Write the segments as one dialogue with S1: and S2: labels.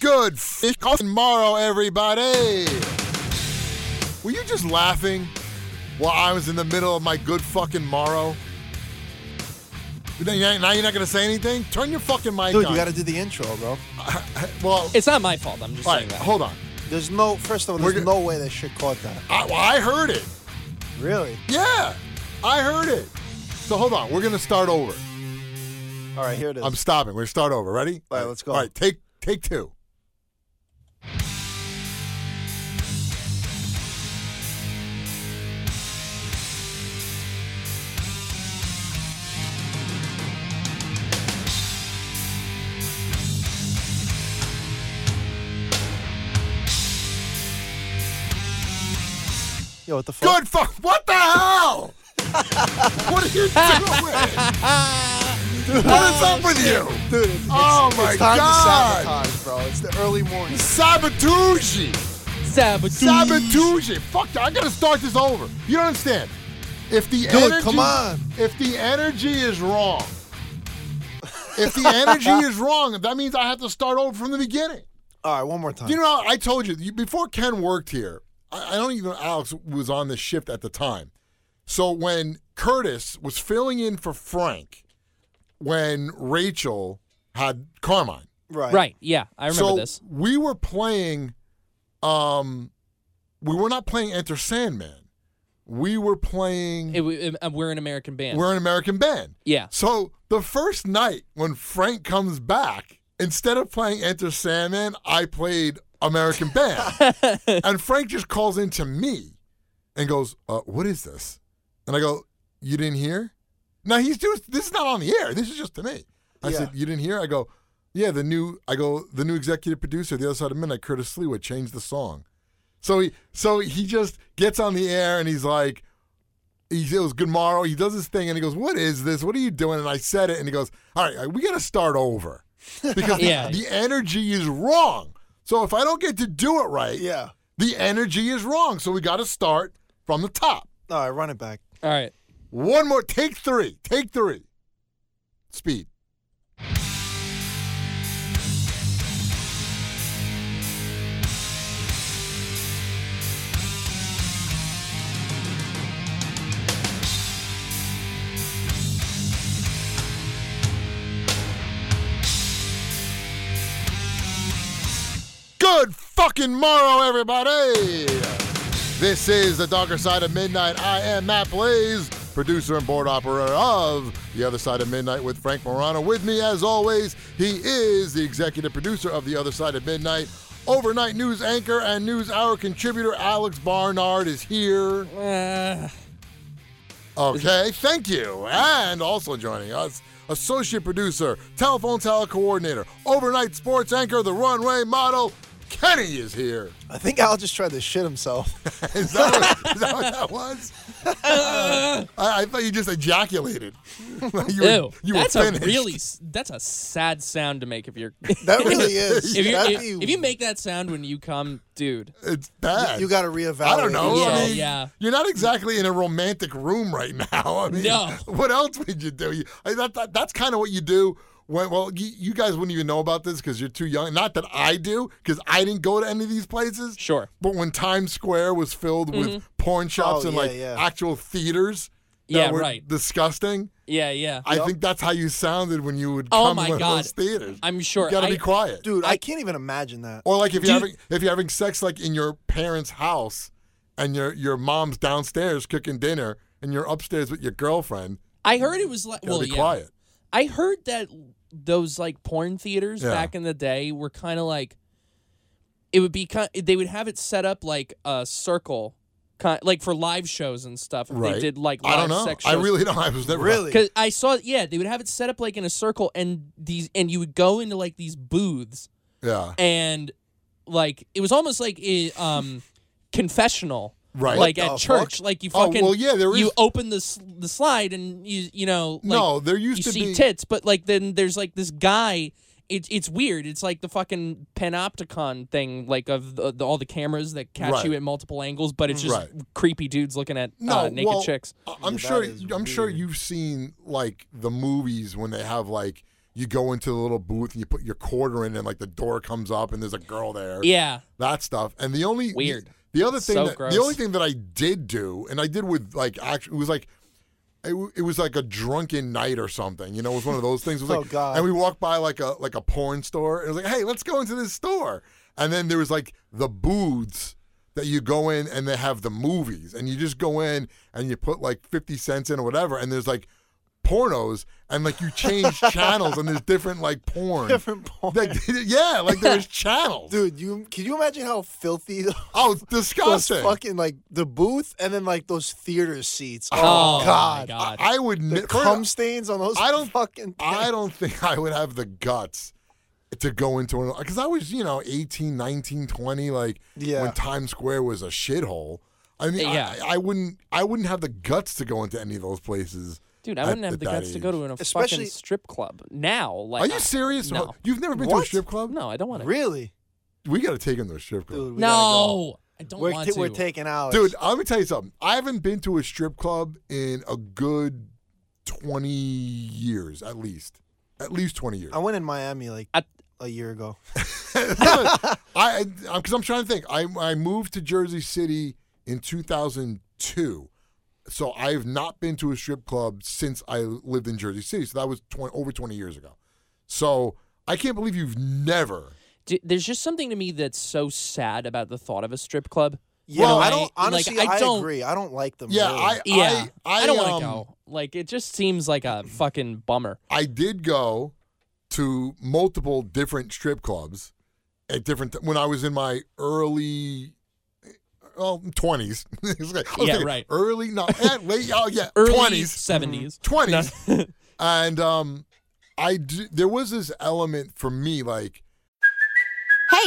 S1: good fucking morrow, everybody. Were you just laughing while I was in the middle of my good fucking morrow? You know, you- Now you're not gonna say anything. Turn your fucking mic
S2: Dude,
S1: on.
S2: you got to do the intro, bro.
S1: well,
S3: It's not my fault. I'm just
S1: all
S3: saying
S1: right,
S3: that.
S1: hold on.
S2: There's no, first of all,
S1: We're
S2: there's
S1: go-
S2: no way that shit caught that.
S1: I, well, I heard it.
S2: Really?
S1: Yeah, I heard it. So hold on. We're gonna start over.
S2: All right, here it is.
S1: I'm stopping. We're gonna start over. Ready?
S2: All right, let's go.
S1: All right, take take two.
S2: Yo, what the fuck?
S1: Good fuck. What the hell? what are you doing? what is up with you?
S2: Dude, it's,
S1: Oh
S2: it's,
S1: my
S2: it's time
S1: God.
S2: to sabotage, bro. It's the early morning.
S1: Sabotucci.
S3: Sabotage.
S1: Sabotucci. Fuck that. I gotta start this over. You don't understand. If the
S2: Dude,
S1: energy,
S2: come on.
S1: If the energy is wrong, if the energy is wrong, that means I have to start over from the beginning.
S2: All right, one more time.
S1: Do you know how I told you, you before Ken worked here? I, I don't even know Alex was on the shift at the time. So when Curtis was filling in for Frank, when Rachel had Carmine,
S2: right.
S3: Right. Yeah, I remember
S1: so
S3: this.
S1: we were playing. Um, we were not playing Enter Sandman. We were playing.
S3: It, w- it- we're an American band.
S1: we're an American band.
S3: yeah.
S1: So the first night when Frank comes back, instead of playing Enter Sandman, I played American Band. and Frank just calls into me and goes, uh, what is this? And I go, you didn't hear? Now he's doing, this is not on the air. This is just to me. I
S2: Yeah.
S1: said, you didn't hear? I go, yeah, the new, I go, the new executive producer, The Other Side of Midnight, Curtis Slewa, changed the song. So he, so he just gets on the air and he's like, he goes, Good morrow. He does his thing and he goes, What is this? What are you doing? And I said it and he goes, All right, we got to start over because the-
S3: Yeah.
S1: the, energy is wrong. So if I don't get to do it right,
S2: Yeah.
S1: the energy is wrong. So we got to start from the top.
S2: All right, run it back.
S3: All right.
S1: One more, take three, take three. Speed. Good fucking morrow, everybody! This is The Darker Side of Midnight. I am Matt Blaze, producer and board operator of The Other Side of Midnight with Frank Morano. With me, as always, he is the executive producer of The Other Side of Midnight. Overnight news anchor and news hour contributor Alex Barnard is here.
S3: Uh,
S1: Okay, thank you. And also joining us, associate producer, telephone tele coordinator, overnight sports anchor, the runway model, Kenny is here.
S2: I think Al just tried to shit himself.
S1: Is that what, is that, what that was? Uh, I, I thought you just ejaculated. Like you
S3: ew.
S1: were, you
S3: that's
S1: were
S3: a
S1: finished.
S3: really. s- That's a sad sound to make if you're.
S2: That really is.
S3: if, you
S2: That'd
S3: if,
S2: be-
S3: if you make that sound when you come, dude.
S1: It's bad.
S2: you got to reevaluate.
S1: I don't know. I
S3: Yeah,
S1: mean,
S3: yeah.
S1: You're not exactly in a romantic room right now. I mean,
S3: No.
S1: What else would you do? You, I, that, that, that's kind of what you do. When, well, you, you guys wouldn't even know about this because you're too young. Not that I do, because I didn't go to any of these places.
S3: Sure.
S1: But when Times Square was filled
S3: Mm-hmm.
S1: with porn shops
S2: Oh,
S1: and
S2: yeah,
S1: like
S2: yeah.
S1: actual theaters that
S3: Yeah,
S1: were
S3: right.
S1: disgusting,
S3: Yeah, yeah.
S1: I think that's how you sounded when you would
S3: Oh
S1: come
S3: my
S1: to one
S3: God.
S1: of those theaters.
S3: I'm sure.
S1: You gotta
S3: I-
S1: be quiet,
S2: Dude, I can't even imagine that.
S1: Or like if you're
S3: Dude.
S1: having if you're having sex like in your parents' house, and your your mom's downstairs cooking dinner, and you're upstairs with your girlfriend.
S3: I heard it was like.
S1: You gotta
S3: Well,
S1: be
S3: yeah.
S1: quiet.
S3: I heard that those like porn theaters
S1: Yeah.
S3: back in the day were kind of like it would be kind they would have it set up like a circle kind like for live shows and stuff. if
S1: Right.
S3: They did like live
S1: I don't know.
S3: sex
S1: I
S3: shows.
S1: really don't. I was never
S2: Really?
S3: Cause I saw, yeah, they would have it set up like in a circle, and these, and you would go into like these booths,
S1: Yeah.
S3: and like it was almost like a, um, confessional,
S1: Right.
S3: Like
S2: What
S3: at
S2: the
S3: church, like you
S1: Oh,
S3: fucking,
S1: well, yeah, there
S3: you
S1: is-
S3: open the s- the slide, and you you know, like,
S1: no, there used
S3: you
S1: to
S3: see
S1: be.
S3: tits, uh, but like then there's like this guy. It's it's weird. It's like the fucking panopticon thing, like of the, the, all the cameras that catch
S1: Right. Mm-hmm.
S3: you at multiple angles, but it's just
S1: Right.
S3: creepy dudes looking at
S1: no,
S3: uh, naked
S1: well,
S3: chicks.
S1: I- I'm
S2: Yeah,
S1: sure.
S2: that is
S1: I'm sure
S2: weird.
S1: you've seen like the movies when they have like you go into the little booth and you put your quarter in, and like the door comes up and there's a girl there.
S3: Yeah.
S1: That stuff. And the only
S3: Weird.
S1: The, other thing
S3: So
S1: that,
S3: gross.
S1: the only thing that I did do, and I did with like actually, it was like. It, w- it was like a drunken night or something, you know. It was one of those things. It was
S2: Oh,
S1: like,
S2: God.
S1: and we walked by like a like a porn store, and it was like, hey, let's go into this store. And then there was like the booths that you go in, and they have the movies, and you just go in and you put like fifty cents in or whatever, and there's like pornos, and like you change channels, and there's different like porn.
S2: Different porn.
S1: Like, yeah, like there's channels.
S2: Dude, you can you imagine how filthy those
S1: Oh, it's disgusting.
S2: fucking like the booth and then like those theater seats. Oh,
S3: my
S2: God.
S1: I, I would
S2: The
S1: ne- first-
S2: cum stains on those.
S1: I don't-
S2: fucking.
S1: I don't think I would have the guts to go into one because I was, you know, 18, 19, 20, like
S2: Yeah.
S1: when Times Square was a shithole. I mean, I-
S3: Yeah.
S1: I, I wouldn't, I wouldn't have the guts to go into any of those places.
S3: Dude, I
S1: at-
S3: wouldn't
S1: at
S3: have the
S1: that
S3: guts to go
S1: age.
S3: to an, a fucking
S2: Especially-
S3: strip club now. Like,
S1: Are you serious?
S3: No.
S1: You've never been to a
S2: What?
S1: strip club?
S3: No, I don't want to.
S2: really,
S1: We got to take him to a strip club.
S2: dude. We gotta go.
S3: No, I don't
S2: we're
S3: want
S2: ta-
S3: to.
S2: we're taking out.
S1: Dude, let me tell you something. I haven't been to a strip club in a good 20 years, at least. At least 20 years.
S2: I went in Miami like
S3: I-
S2: a year ago.
S1: I, I, because I'm trying to think. I, I moved to Jersey City in 2002, so I have not been to a strip club since I lived in Jersey City. So that was 20, over 20 years ago. So I can't believe you've never.
S3: Dude, there's just something to me that's so sad about the thought of a strip club.
S2: Yeah,
S1: Well,
S2: I
S1: I-
S2: don't.
S3: like,
S2: Honestly,
S3: I
S2: I,
S3: don't-
S2: agree. I don't like them.
S1: Yeah,
S2: really.
S1: I,
S3: Yeah,
S1: I, I,
S3: don't
S1: um,
S3: want to go. Like, it just seems like a fucking bummer.
S1: I did go to multiple different strip clubs at different when I was in my early well, 20s. It's like- I was
S3: Yeah,
S1: thinking
S3: right.
S1: Early no, eh, late oh yeah,
S3: Early
S1: 20s.
S3: 70s.
S1: 20s. And um I d- there was this element for me like
S4: Hey,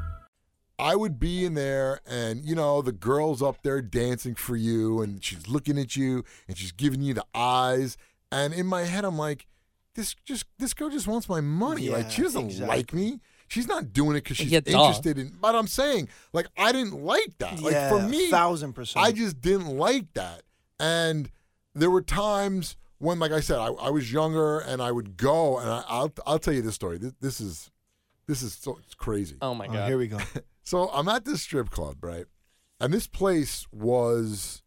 S1: I would be in there and you know the girls up there dancing for you and she's looking at you and she's giving you the eyes and in my head I'm like this just this girl just wants my money like she
S2: Yeah,
S1: doesn't like me she's not doing it cuz she's
S3: Yeah, duh.
S1: interested in but I'm saying like I didn't like that like
S2: yeah,
S1: for me
S2: thousand percent.
S1: I just didn't like that. And there were times when, like I said, I, I was younger and I would go and I, I'll I'll tell you this story. This, this is this is so it's crazy.
S3: Oh, my
S2: Oh,
S3: God.
S2: here we go.
S1: So I'm at this strip club, right? And this place was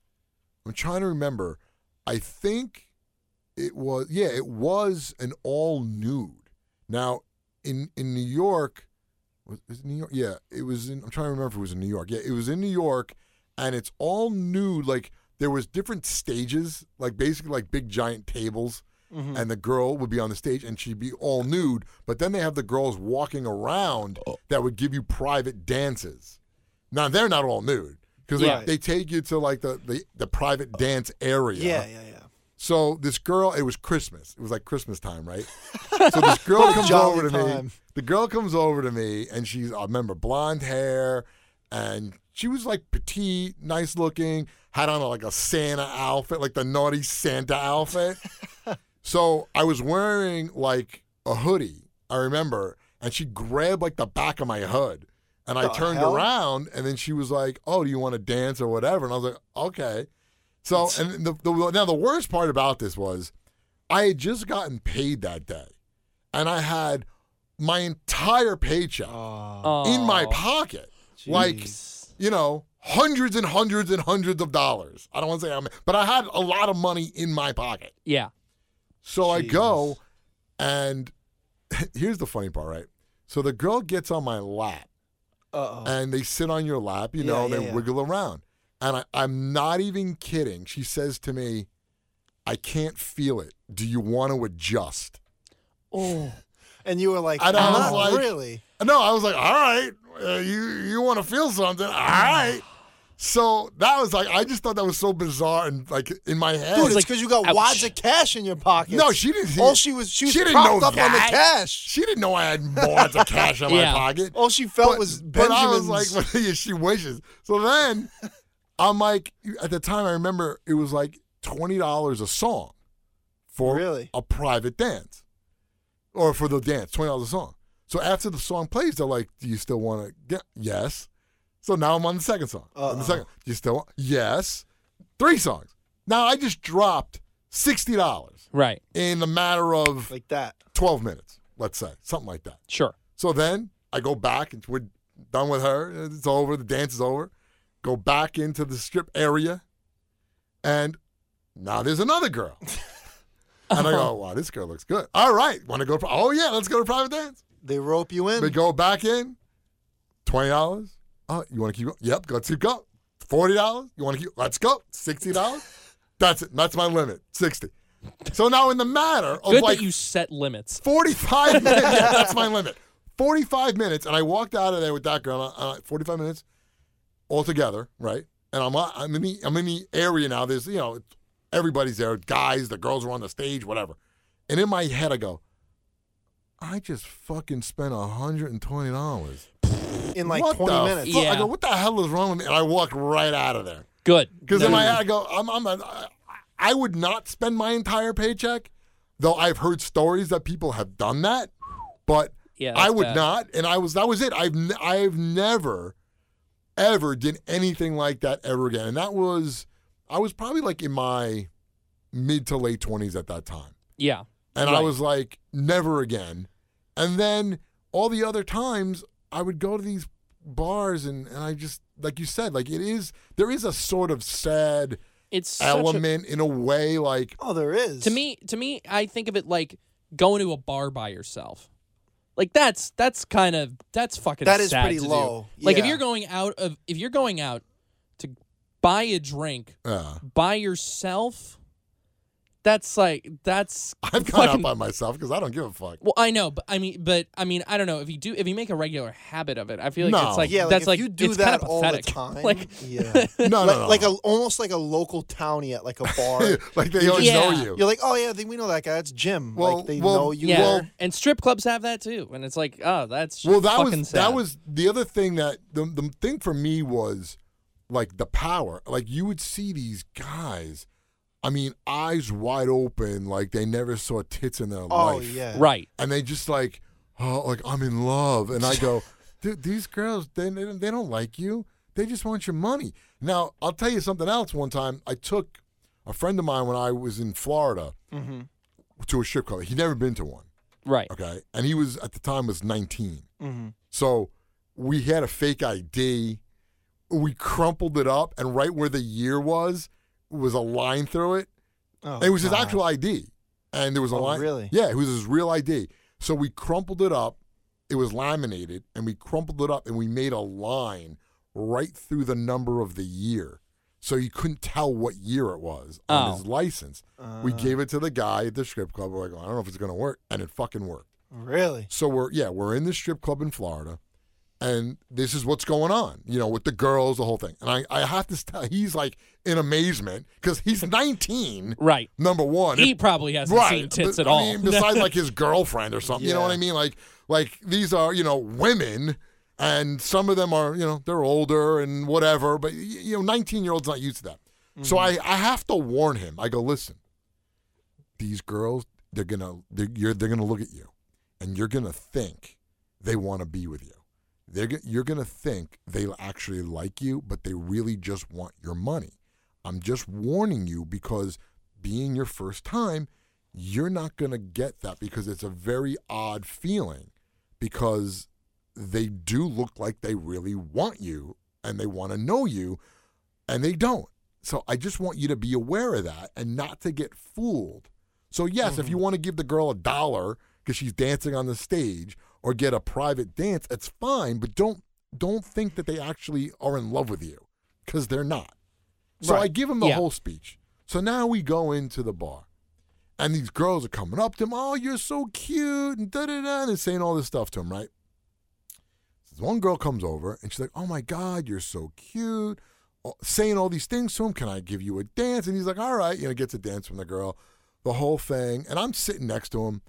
S1: I'm trying to remember. I think it was yeah, it was an all nude. Now in in New York was, was it New York? Yeah, it was in I'm trying to remember if it was in New York. Yeah, it was in New York and it's all nude like there was different stages, like basically like big giant tables and the girl would be on the stage and she'd be all nude. But then they have the girls walking around that would give you private dances. Now they're not all nude because
S3: Yeah.
S1: they, they take you to like the, the, the private dance area.
S2: Yeah, yeah, yeah.
S1: So this girl, it was Christmas. It was like Christmas time, right? so this girl comes
S2: jolly
S1: over to me.
S2: time.
S1: The girl comes over to me, and she's I remember blonde hair, and she was like petite, nice looking, had on like a Santa outfit, like the naughty Santa outfit. so I was wearing like a hoodie, I remember, and she grabbed like the back of my hood, and I
S2: The
S1: turned
S2: hell?
S1: around, and then she was like, "Oh, do you want to dance or whatever?" And I was like, "Okay." So, and the, the now the worst part about this was, I had just gotten paid that day, and I had my entire paycheck in my
S3: Oh,
S1: pocket, like you know, hundreds and hundreds and hundreds of dollars. I don't want to say how many, but I had a lot of money in my pocket.
S3: Yeah.
S1: So I go, and here's the funny part, right? So the girl gets on my lap,
S2: Uh oh.
S1: and they sit on your lap, you know,
S2: Yeah,
S1: and
S2: yeah,
S1: they
S2: yeah.
S1: wiggle around. And I, I'm not even kidding. She says to me, I can't feel it. Do you want to adjust?
S3: Oh.
S2: And you were like,
S1: And I
S2: not
S1: was like-
S2: really.
S1: No, I was like, all right, uh, you, you want to feel something? All right. So that was like I just thought that was so bizarre and like in my head.
S2: Dude, it's
S3: like,
S2: because you got
S3: ouch.
S2: wads of cash in your pocket.
S1: No, she didn't-
S2: All she was, she was
S1: she didn't
S2: propped
S1: know
S2: up on the
S1: that.
S2: cash.
S1: she didn't know I had lots of cash in
S3: Yeah.
S1: my pocket.
S2: All she felt was Benjamin's.
S1: But I was like, yeah, she wishes. So then I'm like, at the time, I remember it was like $20 a song for
S2: Really?
S1: a private dance or for the dance, $20 a song. So after the song plays, they're like, do you still want to get? Yes. So now I'm on the second song. On
S2: Uh-oh.
S1: the second, do you still want? Yes. Three songs. Now I just dropped $60
S3: Right.
S1: in a matter of
S2: like that.
S1: 12 minutes, let's say, something like that.
S3: Sure.
S1: So then I go back and we're done with her. It's over. The dance is over. Go back into the strip area, and now there's another girl. and I
S3: Oh.
S1: go, wow, this girl looks good. All right, want to go? To, oh yeah, let's go to private dance.
S2: They rope you in.
S1: We go back in. Twenty dollars. Oh, you want to keep going? Yep, let's keep going. Forty dollars. You want to keep? Let's go. Sixty dollars. That's it. That's my limit. Sixty. So now in the matter of
S3: Good
S1: like
S3: that you set limits.
S1: 45 minutes. Yeah, that's my limit. 45 minutes. And I walked out of there with that girl. Uh, 45 minutes altogether, right? And I'm, uh, I'm, in the, I'm in the area now. There's, you know, it's- everybody's there. Guys, the girls are on the stage, whatever. And in my head, I go, I just fucking spent $120.
S2: in like
S1: what
S2: 20
S1: the
S2: minutes.
S1: fuck? I
S3: Yeah.
S1: go, what the hell is wrong with me? And I walk right out of there.
S3: Good.
S1: Because in my head, I go, I'm, I'm a, I would not spend my entire paycheck, though I've heard stories that people have done that, but
S3: Yeah, that's
S1: I would
S3: bad.
S1: not. And I was, that was it. I've, n- I've never, ever did anything like that ever again. And that was, I was probably like in my mid to late 20s at that time.
S3: Yeah.
S1: And I
S3: Right.
S1: was like, never again. And then all the other times I would go to these bars and, and I just like you said, like it is there is a sort of sad
S3: It's such a-
S1: element in a way, like
S2: Oh, there is.
S3: to me to me I think of it like going to a bar by yourself. Like that's that's kind of that's fucking
S2: That is
S3: sad
S2: pretty
S3: to do.
S2: low.
S3: Like if
S2: Yeah.
S3: you're going out of if you're going out to buy a drink
S1: uh,
S3: by yourself, that's like that's
S1: I've gone out
S3: fucking-
S1: by myself because I don't give a fuck.
S3: Well, I know, but I mean, but I mean, I don't know if you do if you make a regular habit of it. I feel like
S1: No.
S3: it's like
S2: yeah, like
S3: that's
S2: if
S3: like
S2: you do
S3: it's
S2: that
S3: kind of
S2: all the
S3: pathetic.
S2: time.
S3: Like
S2: yeah.
S1: No, no,
S2: like,
S1: no.
S2: like a almost like a local townie at like a bar.
S1: like they always
S3: Yeah.
S1: know you.
S2: You're like, oh yeah, they, we know that guy. It's Jim.
S1: Well,
S2: like they
S1: well,
S2: know you.
S3: yeah,
S2: there.
S3: and strip clubs have that too, and it's like oh, that's just
S1: Well, that
S3: fucking
S1: was
S3: sad.
S1: that was the other thing that the the thing for me was like the power. Like you would see these guys, I mean, eyes wide open, like they never saw tits in their
S2: Oh
S1: life.
S2: yeah.
S3: right.
S1: and they just like, oh, like I'm in love, and I go, dude, these girls, they they don't- they don't like you. They just want your money. Now, I'll tell you something else. One time, I took a friend of mine when I was in Florida
S2: Mm-hmm.
S1: to a strip club. He'd never been to one.
S3: Right.
S1: Okay. And he was at the time was 19.
S2: Mm-hmm.
S1: So we had a fake ID. We crumpled it up, and right where the year was was a line through it.
S2: Oh,
S1: it was his
S2: God.
S1: actual ID, and there was a
S2: Oh,
S1: line.
S2: really?
S1: Yeah, it was his real ID. So we crumpled it up. It was laminated, and we crumpled it up, and we made a line right through the number of the year, so you couldn't tell what year it was on
S3: Oh.
S1: his license. we
S2: Uh.
S1: gave it to the guy at the strip club. We're like, I don't know if it's gonna work, and it fucking worked.
S2: Really?
S1: So we're yeah, we're in this strip club in Florida, and this is what's going on, you know, with the girls, the whole thing. And I, I have to tell, he's like in amazement because he's 19,
S3: Right.
S1: number one.
S3: He probably hasn't seen tits
S1: but,
S3: at
S1: I
S3: all.
S1: mean, besides like his girlfriend or something, you know what I
S2: Yeah.
S1: mean? Like, like these are you know women, and some of them are you know they're older and whatever, but y- you know, 19 year olds not used to that. So
S3: Mm-hmm.
S1: I, I have to warn him. I go, listen, these girls, they're gonna they're, you're, they're gonna look at you, and you're gonna think they want to be with you. They're go- you're gonna think they actually like you, but they really just want your money. I'm just warning you because being your first time, you're not gonna get that because it's a very odd feeling because they do look like they really want you and they want to know you and they don't. So I just want you to be aware of that and not to get fooled. So yes, if you want to give the girl a dollar because she's dancing on the stage or get a private dance, it's fine, but don't don't think that they actually are in love with you because they're not. So I
S2: Right.
S1: give him the
S3: Yeah.
S1: whole speech. So now we go into the bar. And these girls are coming up to him. Oh, you're so cute. And da da da. And they're saying all this stuff to him, right? This one girl comes over and she's like, Oh my God, you're so cute. saying all these things to him. Can I give you a dance? And he's like, all right. You know, gets a dance from the girl, the whole thing. And I'm sitting next to him.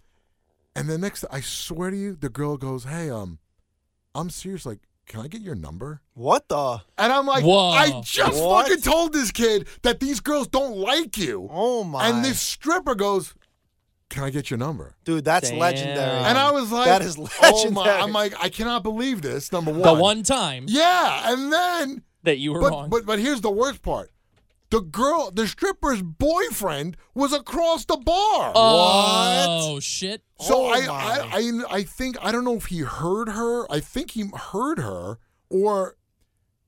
S1: And the next, I swear to you, the girl goes, hey, um, I'm serious. Like, can I get your number?
S2: What the?
S1: And I'm like,
S3: Whoa.
S1: I just
S2: What?
S1: fucking told this kid that these girls don't like you.
S2: Oh my!
S1: And this stripper goes, can I get your number?
S2: dude, that's
S3: Damn.
S2: legendary.
S1: And I was like,
S2: Um, that is
S1: oh my,
S2: legendary.
S1: I'm like, I cannot believe this. Number one.
S3: The one time
S1: Yeah. And then
S3: that you were
S1: but,
S3: wrong.
S1: But but here's the worst part. The girl, the stripper's boyfriend was across the bar.
S3: oh shit!
S1: so
S2: oh
S1: I,
S2: my.
S1: I I I think I don't know if he heard her. I think he heard her or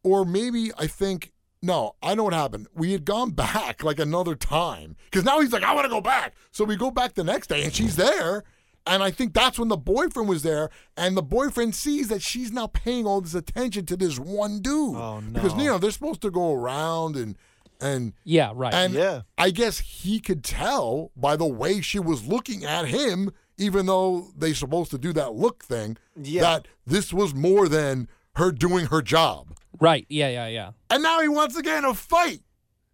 S1: or maybe I think no, I know what happened. We had gone back like another time cuz now he's like I want to go back. So we go back the next day and she's there. And I think that's when the boyfriend was there, and the boyfriend sees that she's now paying all this attention to this one dude.
S2: Oh, no.
S1: Because you know they're supposed to go around and and
S3: Yeah, right.
S1: and
S2: Yeah.
S1: I guess he could tell by the way she was looking at him, even though they supposed to do that look thing,
S2: Yeah.
S1: that this was more than her doing her job.
S3: right. Yeah, yeah, yeah.
S1: And now he wants to get in a fight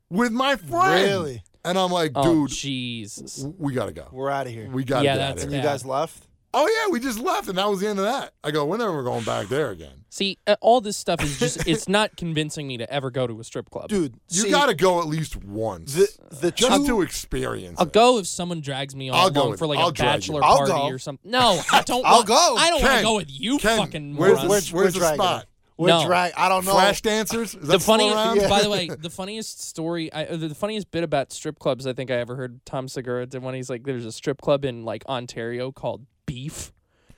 S1: with my friend.
S2: Really?
S1: And I'm like,
S3: Oh,
S1: dude,
S3: Jesus.
S1: w- we gotta go.
S2: We're out of here.
S1: We gotta
S3: Yeah,
S1: get out
S3: that's
S1: of
S3: bad.
S1: here.
S2: and you guys left.
S1: Oh yeah, we just left, and that was the end of that. I go, we're never going back there again.
S3: See, uh, all this stuff is just—it's not convincing me to ever go to a strip club.
S2: Dude,
S1: You
S2: see,
S1: gotta go at least once,
S2: the the
S1: just
S2: two-
S1: to experience.
S3: I'll
S1: it.
S3: go if someone drags me
S1: I'll
S3: all
S1: go
S3: along
S1: with-
S3: for like
S1: I'll
S3: a
S1: drag you.
S3: bachelor
S2: I'll
S3: party
S2: go.
S3: or something. No, I don't.
S2: I'll
S3: want-
S2: go.
S3: I don't want to
S1: Ken,
S3: go with you,
S1: Ken,
S3: fucking
S1: where's the-
S3: morons.
S1: where's-
S2: we're
S1: the
S2: dragging
S1: spot?
S2: it. We're
S3: No.
S2: drag. I don't know.
S1: Flash dancers? Is that
S3: the
S1: still
S3: funniest,
S1: around?
S3: by the way, the funniest story, I, uh, the funniest bit about strip clubs, I think I ever heard Tom Segura did when he's like, "There's a strip club in like Ontario called Beef,"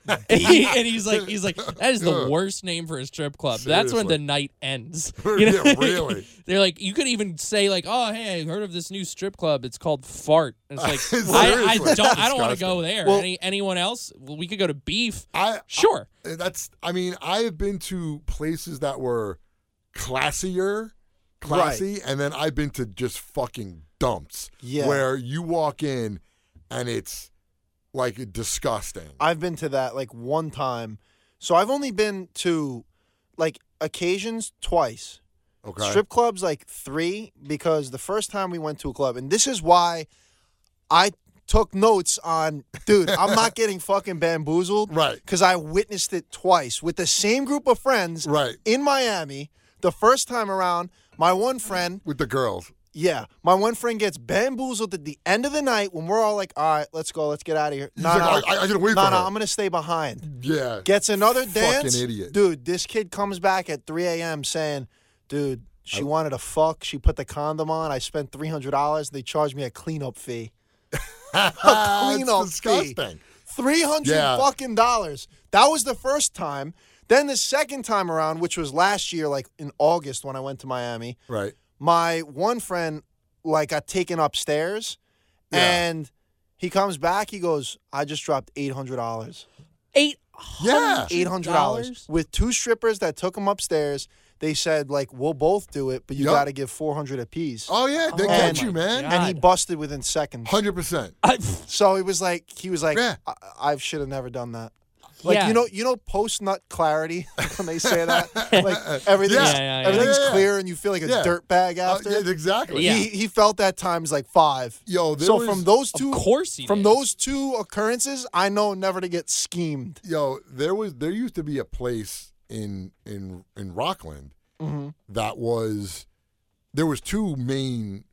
S3: and, he- and he's like, "He's like, that is the worst name for a strip club. That's when
S1: Seriously.
S3: the night ends."
S1: Yeah, really.
S3: They're like, you could even say like, "Oh, hey, I heard of this new strip club. It's called Fart." And it's like, I, I
S1: Seriously.
S3: don't, I don't want to
S1: Disgusting.
S3: go there.
S2: Well-
S3: Any, anyone else? Well, we could go to Beef.
S1: I
S3: Sure.
S1: that's I mean, I have been to places that were classier, classy, and then I've been to just fucking dumps
S2: Yeah.
S1: where you walk in and it's like disgusting.
S2: I've been to that like one time. So I've only been to like occasions twice.
S1: okay.
S2: Strip clubs like three because the first time we went to a club, and this is why I took notes on, dude, I'm not getting fucking bamboozled.
S1: Right.
S2: Because I witnessed it twice with the same group of friends
S1: Right.
S2: in Miami. The first time around, my one friend
S1: With the girls.
S2: yeah, my one friend gets bamboozled at the end of the night when we're all like, "All right, let's go, let's get out of here."
S1: He's
S2: No,
S1: like,
S2: no,
S1: "I- I- I gotta wait
S2: no,
S1: for
S2: no,
S1: her."
S2: I'm gonna stay behind.
S1: Yeah.
S2: Gets another
S1: Fucking
S2: dance,
S1: idiot.
S2: dude. This kid comes back at 3 a.m. saying, "Dude, she wanted to fuck. She put the condom on. I spent three hundred dollars. They charged me a cleanup fee.
S1: Ah,
S2: clean
S1: it's
S2: up
S1: disgusting.
S2: Three hundred
S1: Yeah.
S2: fucking dollars. That was the first time." Then the second time around, which was last year, like in August when I went to Miami,
S1: Right.
S2: my one friend like got taken upstairs
S1: Yeah.
S2: and he comes back he goes i just dropped $800
S3: Eight.
S1: Yeah.
S2: $800 with two strippers that took him upstairs they said like we'll both do it but you
S1: Yup.
S2: got to give 400 apiece
S1: Oh yeah, they
S3: Oh
S1: catch
S2: my
S1: you, man.
S3: God.
S2: and he busted within seconds
S1: Hundred percent.
S2: so it was like he was like
S1: Yeah.
S2: i, I should have never done that like
S3: Yeah.
S2: you know you know post nut clarity when they say that like everything's
S1: Yeah,
S3: yeah, yeah.
S2: everything's
S1: Yeah, yeah, yeah.
S2: clear and you feel like a
S1: Yeah. Oh,
S2: dirt bag after
S1: yeah, exactly.
S3: Yeah.
S2: he, he felt that times like five
S1: Yo, there
S2: so
S1: was-
S2: from those
S3: Of
S2: two
S3: course he
S2: from
S3: did.
S2: those two occurrences i know never to get schemed
S1: yo, there was there used to be a place in in in Rockland that was there was two main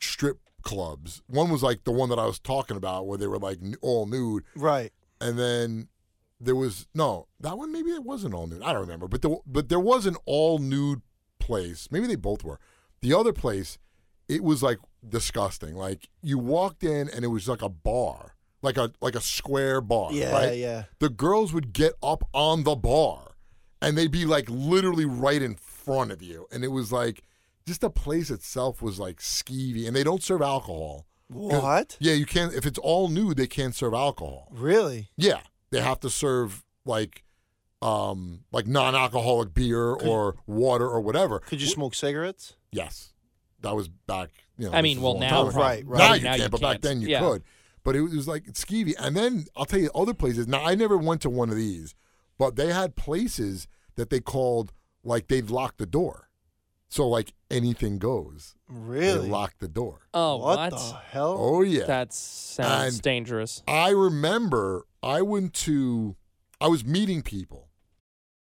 S1: strip clubs. One was like the one that I was talking about where they were like n- all nude,
S2: right
S1: and then there was no that one maybe it wasn't all nude. I don't remember, but the, but there was an all nude place. Maybe they both were. The other place, it was like disgusting. Like you walked in and it was like a bar, like a like a square bar.
S2: yeah
S1: right?
S2: yeah
S1: the girls would get up on the bar and they'd be like literally right in front of you. And it was like just the place itself was like skeevy and they don't serve alcohol. 'Cause-
S2: what
S1: Yeah, you can't, if it's all nude, they can't serve alcohol.
S2: really
S1: Yeah, they have to serve like, um, like non-alcoholic beer or water or whatever.
S2: could you smoke cigarettes
S1: Yes, that was back. You know,
S3: I
S1: this
S3: mean,
S1: is a
S3: well,
S1: long
S3: now
S1: time ago.
S2: probably- Right, right.
S1: Now
S2: right.
S1: you
S3: Now
S1: can't,
S3: you
S1: but back
S3: can't.
S1: then you
S3: Yeah.
S1: could. But it was like skeevy. And then I'll tell you other places. Now I never went to one of these, but they had places that they called like they'd lock the door. So like anything goes.
S2: Really?
S1: They lock the door.
S3: Oh,
S2: what,
S3: what?
S2: the hell?
S1: Oh yeah.
S3: That sounds
S1: And-
S3: dangerous.
S1: I remember I went to I was meeting people.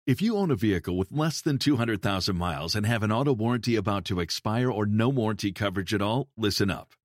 S5: If you own a vehicle with less than 200,000 miles and have an auto warranty about to expire or no warranty coverage at all, listen up.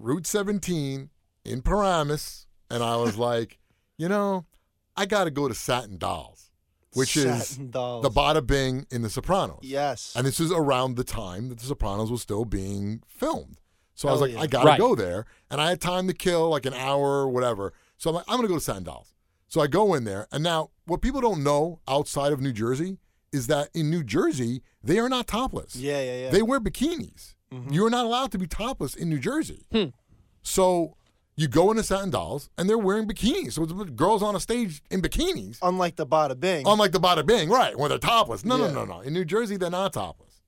S1: Route 17 in Paramus, and I was like, you know, I got to go to Satin Dolls, which is
S2: Satin dolls.
S1: the Bada Bing in The Sopranos.
S2: Yes.
S1: And this is around the time that The Sopranos was still being filmed. So I was
S2: Hell
S1: like,
S2: Oh, yeah.
S1: I got to
S3: Right.
S1: go there. And I had time to kill, like an hour or whatever. So I'm like, I'm going to go to Satin Dolls. So I go in there. And now, what people don't know outside of New Jersey is that in New Jersey, they are not topless.
S2: yeah, Mm-hmm. yeah, yeah.
S1: They wear bikinis. You're not allowed to be topless in New Jersey. So you go into Satin Dolls, and they're wearing bikinis. So it's girls on a stage in bikinis,
S2: Unlike the Bada Bing.
S1: unlike the Bada Bing, right, where they're topless. No,
S2: Yeah.
S1: no, no, no. In New Jersey, they're not topless,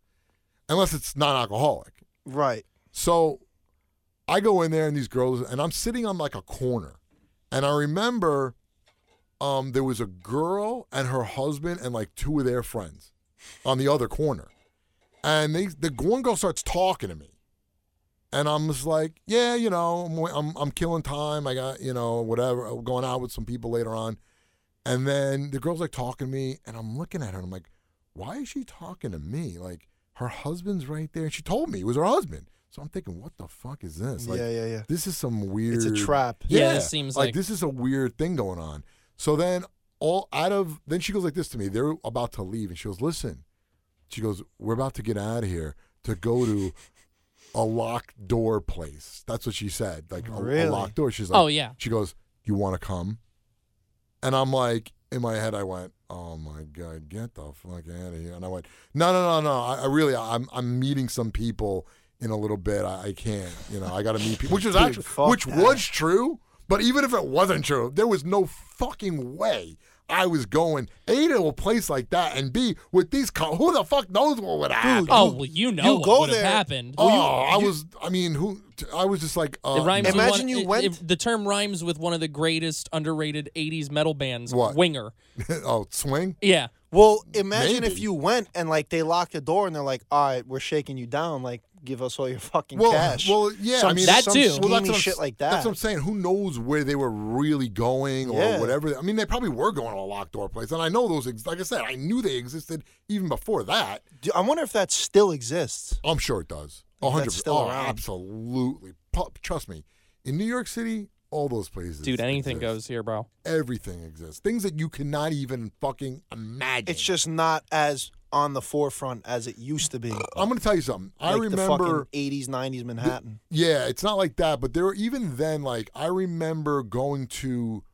S1: unless it's non-alcoholic.
S2: right.
S1: So I go in there and these girls and I'm sitting on like a corner. And I remember um, there was a girl and her husband and like two of their friends on the other corner. And they the one girl starts talking to me. And I'm just like, yeah, you know, I'm, I'm, I'm killing time. I got, you know, whatever, I'm going out with some people later on. And then the girl's like talking to me, and I'm looking at her, and I'm like, why is she talking to me? Like, her husband's right there. And she told me it was her husband. So I'm thinking, what the fuck is this? Like,
S2: yeah, yeah, yeah.
S1: this is some weird.
S2: It's a trap.
S3: Yeah, it seems like-
S1: this is a weird thing going on. So then all out of then she goes like this to me. They're about to leave, and she goes, "Listen," she goes, "We're about to get out of here to go to a locked door place." That's what she said, like a- a,
S2: Really?
S1: locked door. She's like,
S3: Oh, yeah.
S1: She goes, "You want to come?" And I'm like, in my head, I went, "Oh my god, get the fuck out of here!" And I went, "No, no, no, no. I, I really, I'm, I'm meeting some people." In a little bit, I, I can't. You know, I got to meet people, which is
S2: Dude,
S1: actually,
S2: fuck
S1: which
S2: that.
S1: was true. But even if it wasn't true, there was no fucking way I was going a to a place like that, and b with these. Co- who the fuck knows what would happen?
S3: Oh, well, you know
S2: you go
S3: what would have
S2: there-
S3: happened.
S1: oh, I was. I mean, who? I was just like, uh,
S3: It
S1: no.
S3: rhymes with
S2: Imagine
S3: one-
S2: you
S3: it-
S2: went-
S3: it- the term rhymes with one of the greatest underrated 80s metal bands,
S1: What?
S3: Winger.
S1: oh, swing.
S3: Yeah.
S2: Well, imagine if
S1: Maybe.
S2: you went and like they locked the door and they're like, "All right, we're shaking you down. Like, give us all your fucking
S1: Well,
S2: cash."
S1: well, yeah. I
S2: Some-
S1: mean,
S3: That
S2: some
S3: too.
S2: schemy
S3: Well,
S1: what I'm-
S2: shit like that.
S1: That's what I'm saying. Who knows where they were really going or
S2: Yeah.
S1: whatever? I mean, they probably were going to a locked door place, and I know those. Ex- like I said, I knew they existed even before that.
S2: Do- I wonder if that still exists.
S1: I'm sure it does. A
S2: That's
S1: hundred.
S2: still
S1: oh,
S2: around.
S1: absolutely. Pu- Trust me. In New York City, all those places.
S3: Dude, anything
S1: exist.
S3: goes here, bro.
S1: Everything exists. Things that you cannot even fucking imagine.
S2: It's just not as on the forefront as it used to be.
S1: I'm gonna tell you something. I
S2: Like the
S1: remember.
S2: fucking 80s, 90s Manhattan.
S1: Yeah, it's not like that, but there were even then. Like I remember going to,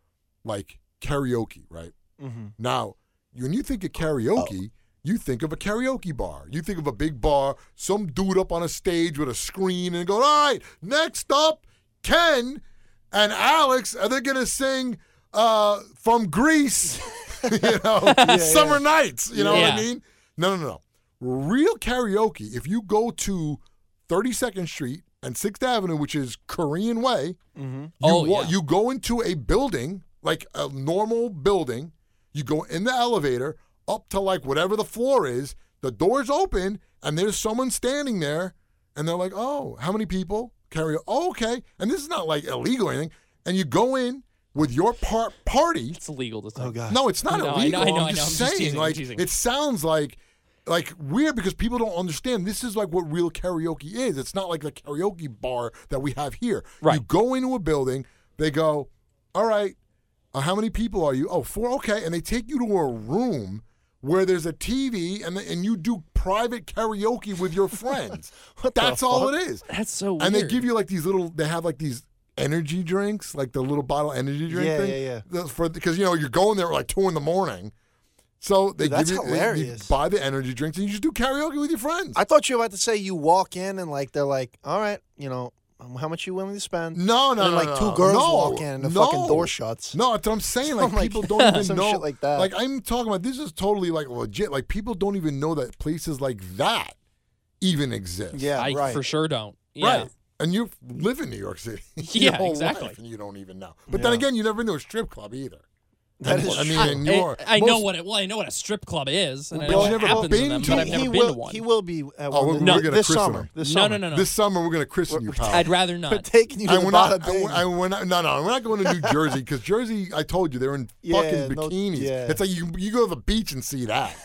S1: like karaoke. Right
S2: hmm
S1: now, when you think of karaoke. You think of a karaoke bar. You think of a big bar, some dude up on a stage with a screen and go, all right, next up, Ken and Alex, are they going to sing uh, from Greece, you know, Summer Nights? You know what I
S3: Yeah.
S1: mean? No, no, no. Real karaoke, if you go to 32nd Street and 6th Avenue, which is Korean Way, you,
S3: Oh,
S1: wa-
S3: yeah.
S1: you go into a building, like a normal building, you go in the elevator up to like whatever the floor is, the doors open, and there's someone standing there, and they're like, oh, how many people? Karaoke. Oh, okay. And this is not like illegal or anything. And you go in with your par- party.
S3: It's illegal to
S2: Oh
S3: think.
S2: god.
S1: No, it's not
S3: No, I
S1: illegal.
S3: know, I know,
S1: am
S3: I know.
S1: just
S3: I'm just
S1: saying,
S3: teasing, I'm
S1: like,
S3: teasing.
S1: it sounds like, like weird because people don't understand. This is like what real karaoke is. It's not like the karaoke bar that we have here. You
S3: Right.
S1: go into a building, they go, all right, uh, how many people are you? Oh, four. Okay, and they take you to a room where there's a TV and and you do private karaoke with your friends.
S2: What the
S1: That's all
S2: fuck?
S1: it is.
S3: That's so weird.
S1: And they give you like these little. They have like these energy drinks, like the little bottle energy drink
S2: Yeah,
S1: thing.
S2: yeah, yeah.
S1: The- For because you know you're going there at like two in the morning, So they
S2: Dude, that's
S1: give you, they- you
S2: hilarious.
S1: buy the energy drinks and you just do karaoke with your friends.
S2: I thought you were about to say you walk in and like they're like, all right, you know, um, how much you willing to spend?
S1: no, no,
S2: and
S1: no,
S2: like
S1: no,
S2: two girls
S1: no,
S2: walk in and the
S1: no.
S2: fucking door shuts.
S1: No, that's what I'm saying. Like
S2: Something like
S1: people
S2: that.
S1: don't even
S2: Some
S1: know
S2: shit like that.
S1: Like I'm talking about this is totally like legit. Like people don't even know that places like that even exist.
S2: Yeah,
S3: I
S2: right.
S3: for sure don't. Yeah.
S1: Right. And you live in New York City. your
S3: Yeah,
S1: whole
S3: exactly.
S1: life, and you don't even know. But then
S2: Yeah.
S1: again, you never been to a strip club either.
S2: That
S1: I
S2: is
S1: mean,
S2: true.
S1: in New
S3: I-
S1: York,
S3: I, know
S1: most-
S3: what it. Well, I know what a strip club is, and I
S1: But
S3: know
S1: you
S3: what
S1: never
S3: happens
S1: been
S3: in them,
S1: to-
S3: but
S2: He-
S3: I've never
S2: he
S3: been
S2: will,
S3: to one.
S2: He will be at
S1: Oh,
S2: one
S1: we're-
S2: thi-
S1: we're gonna
S2: this
S1: christen
S2: summer.
S1: him.
S2: This
S3: no,
S2: summer.
S3: no, no, no.
S1: This summer we're gonna christen you, pal.
S3: I'd rather
S2: We're
S3: not.
S2: taking you to
S1: I
S2: the
S1: will not.
S2: Bada
S1: I, will-
S2: Bing.
S1: I will not. No, no, we're not going to New Jersey because Jersey. I told you they're in
S2: Yeah,
S1: fucking
S2: no-
S1: bikinis.
S2: yeah.
S1: It's like you you go to the beach and see that.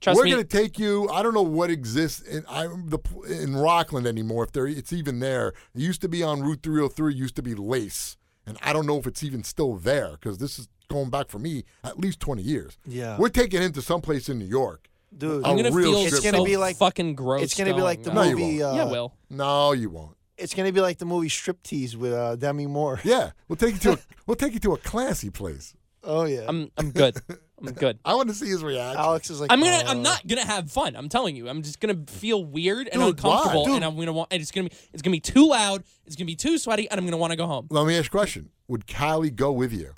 S3: Trust
S1: we're
S3: me.
S1: gonna take you. I don't know what exists in I, the in Rockland anymore. If there, it's even there. It used to be on Route 303. Used to be Lace, and I don't know if it's even still there because this is going back for me at least 20 years.
S2: Yeah.
S1: we're taking him to someplace in New York.
S2: Dude,
S1: a
S3: I'm gonna
S1: real
S3: feel
S1: strip
S3: it's
S1: club.
S3: gonna be like fucking gross.
S2: it's gonna be like the
S1: No, you
S2: movie.
S1: won't.
S2: Uh,
S3: yeah, will.
S1: No, you won't.
S2: It's gonna be like the movie Striptease with uh, Demi Moore.
S1: Yeah, we'll take you to a we'll take you to a classy place.
S2: Oh yeah.
S3: I'm I'm good. I'm good.
S1: I want to see his reaction.
S2: Alex is like.
S3: I'm gonna.
S2: uh,
S3: I'm not gonna have fun. I'm telling you. I'm just gonna feel weird and
S1: Dude,
S3: uncomfortable,
S1: why?
S3: and I'm gonna want. And it's gonna be. It's gonna be too loud. It's gonna be too sweaty, and I'm gonna want to go home.
S1: Let me ask you a question. Would Callie go with you?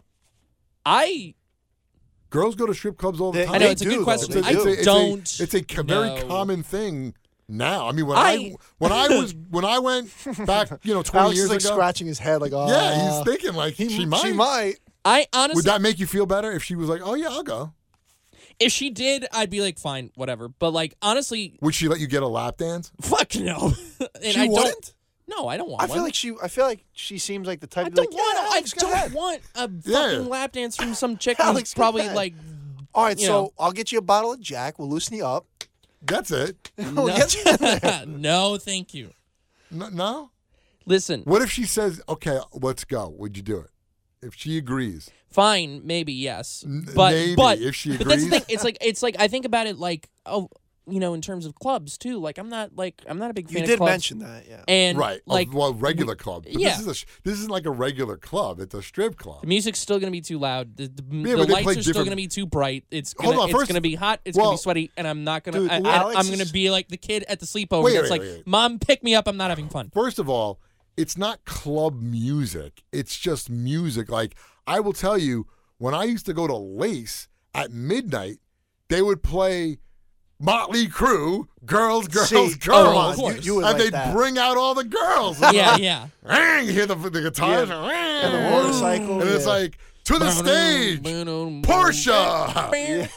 S3: I
S1: Girls go to strip clubs all the
S2: They-
S1: time.
S3: I know
S2: They
S3: it's a
S2: do,
S3: good
S2: though.
S3: question.
S2: They
S3: I
S2: do.
S1: it's
S3: don't.
S1: A, it's a co- very
S3: know.
S1: common thing now. I mean, when I,
S3: I-
S1: when I was when I went back, you know, twenty
S2: Alex
S1: years
S2: is like
S1: ago.
S2: scratching his head, like, oh,
S1: yeah, he's thinking like she might.
S2: She might.
S3: I
S1: Would
S3: honestly,
S1: that make you feel better if she was like, "Oh yeah, I'll go"?
S3: if she did, I'd be like, fine, whatever. But like, honestly,
S1: Would she let you get a lap dance?
S3: fuck no. and
S2: She
S3: I
S2: wouldn't?
S3: don't. No, I don't want.
S2: I feel
S3: one.
S2: like she. I feel like she seems like the type.
S3: I
S2: to
S3: don't
S2: be like,
S3: want.
S2: Yeah,
S3: I
S2: Alex, go
S3: don't
S2: ahead."
S3: want a fucking
S1: Yeah.
S3: lap dance from some chick
S2: Alex,
S3: who's
S2: go
S3: probably
S2: ahead.
S3: like
S2: All right,
S3: you
S2: so
S3: know.
S2: I'll get you a bottle of Jack. We'll loosen you up.
S1: That's it.
S2: We'll Oh, get you in there.
S3: no, thank you.
S1: No, no.
S3: Listen,
S1: What if she says, "Okay, let's go"? Would you do it? If she agrees,
S3: fine, maybe yes,
S1: N-
S3: but
S1: maybe,
S3: but
S1: if she
S3: but that's the
S1: agrees.
S3: thing. It's like it's like I think about it like oh, you know, in terms of clubs too. Like I'm not like I'm not a big fan.
S2: You
S3: of
S2: did
S3: clubs.
S2: mention that, yeah.
S3: and
S1: right? a-
S3: like
S1: well, regular club. But
S3: yeah.
S1: This is a, sh- this isn't like a regular club. It's a strip club.
S3: the music's still gonna be too loud. The, the,
S1: Yeah,
S3: the
S1: but they play
S3: lights are still
S1: different-
S3: gonna be too bright. It's gonna,
S1: Hold on,
S3: it's
S1: first-
S3: gonna be hot. It's
S1: well-
S3: gonna be sweaty, and I'm not gonna.
S2: Dude,
S3: I,
S2: Alex
S3: am gonna
S2: is-
S3: be like the kid at the sleepover
S1: Wait,
S3: that's
S1: wait,
S3: like,
S1: wait.
S3: "Mom, pick me up. I'm not having fun."
S1: First of all, it's not club music. It's just music. Like I will tell you, when I used to go to Lace at midnight, they would play Motley Crue, "Girls, Girls,
S2: See,
S1: Girls,"
S2: come on,
S3: you-
S2: you would
S1: and
S2: like
S1: they'd
S2: that.
S1: bring out all the girls.
S3: yeah, yeah.
S1: Ring, you hear the, the guitars,
S2: And the motorcycle,
S1: and it's
S2: yeah.
S1: like to the stage, Portia,
S3: Yeah.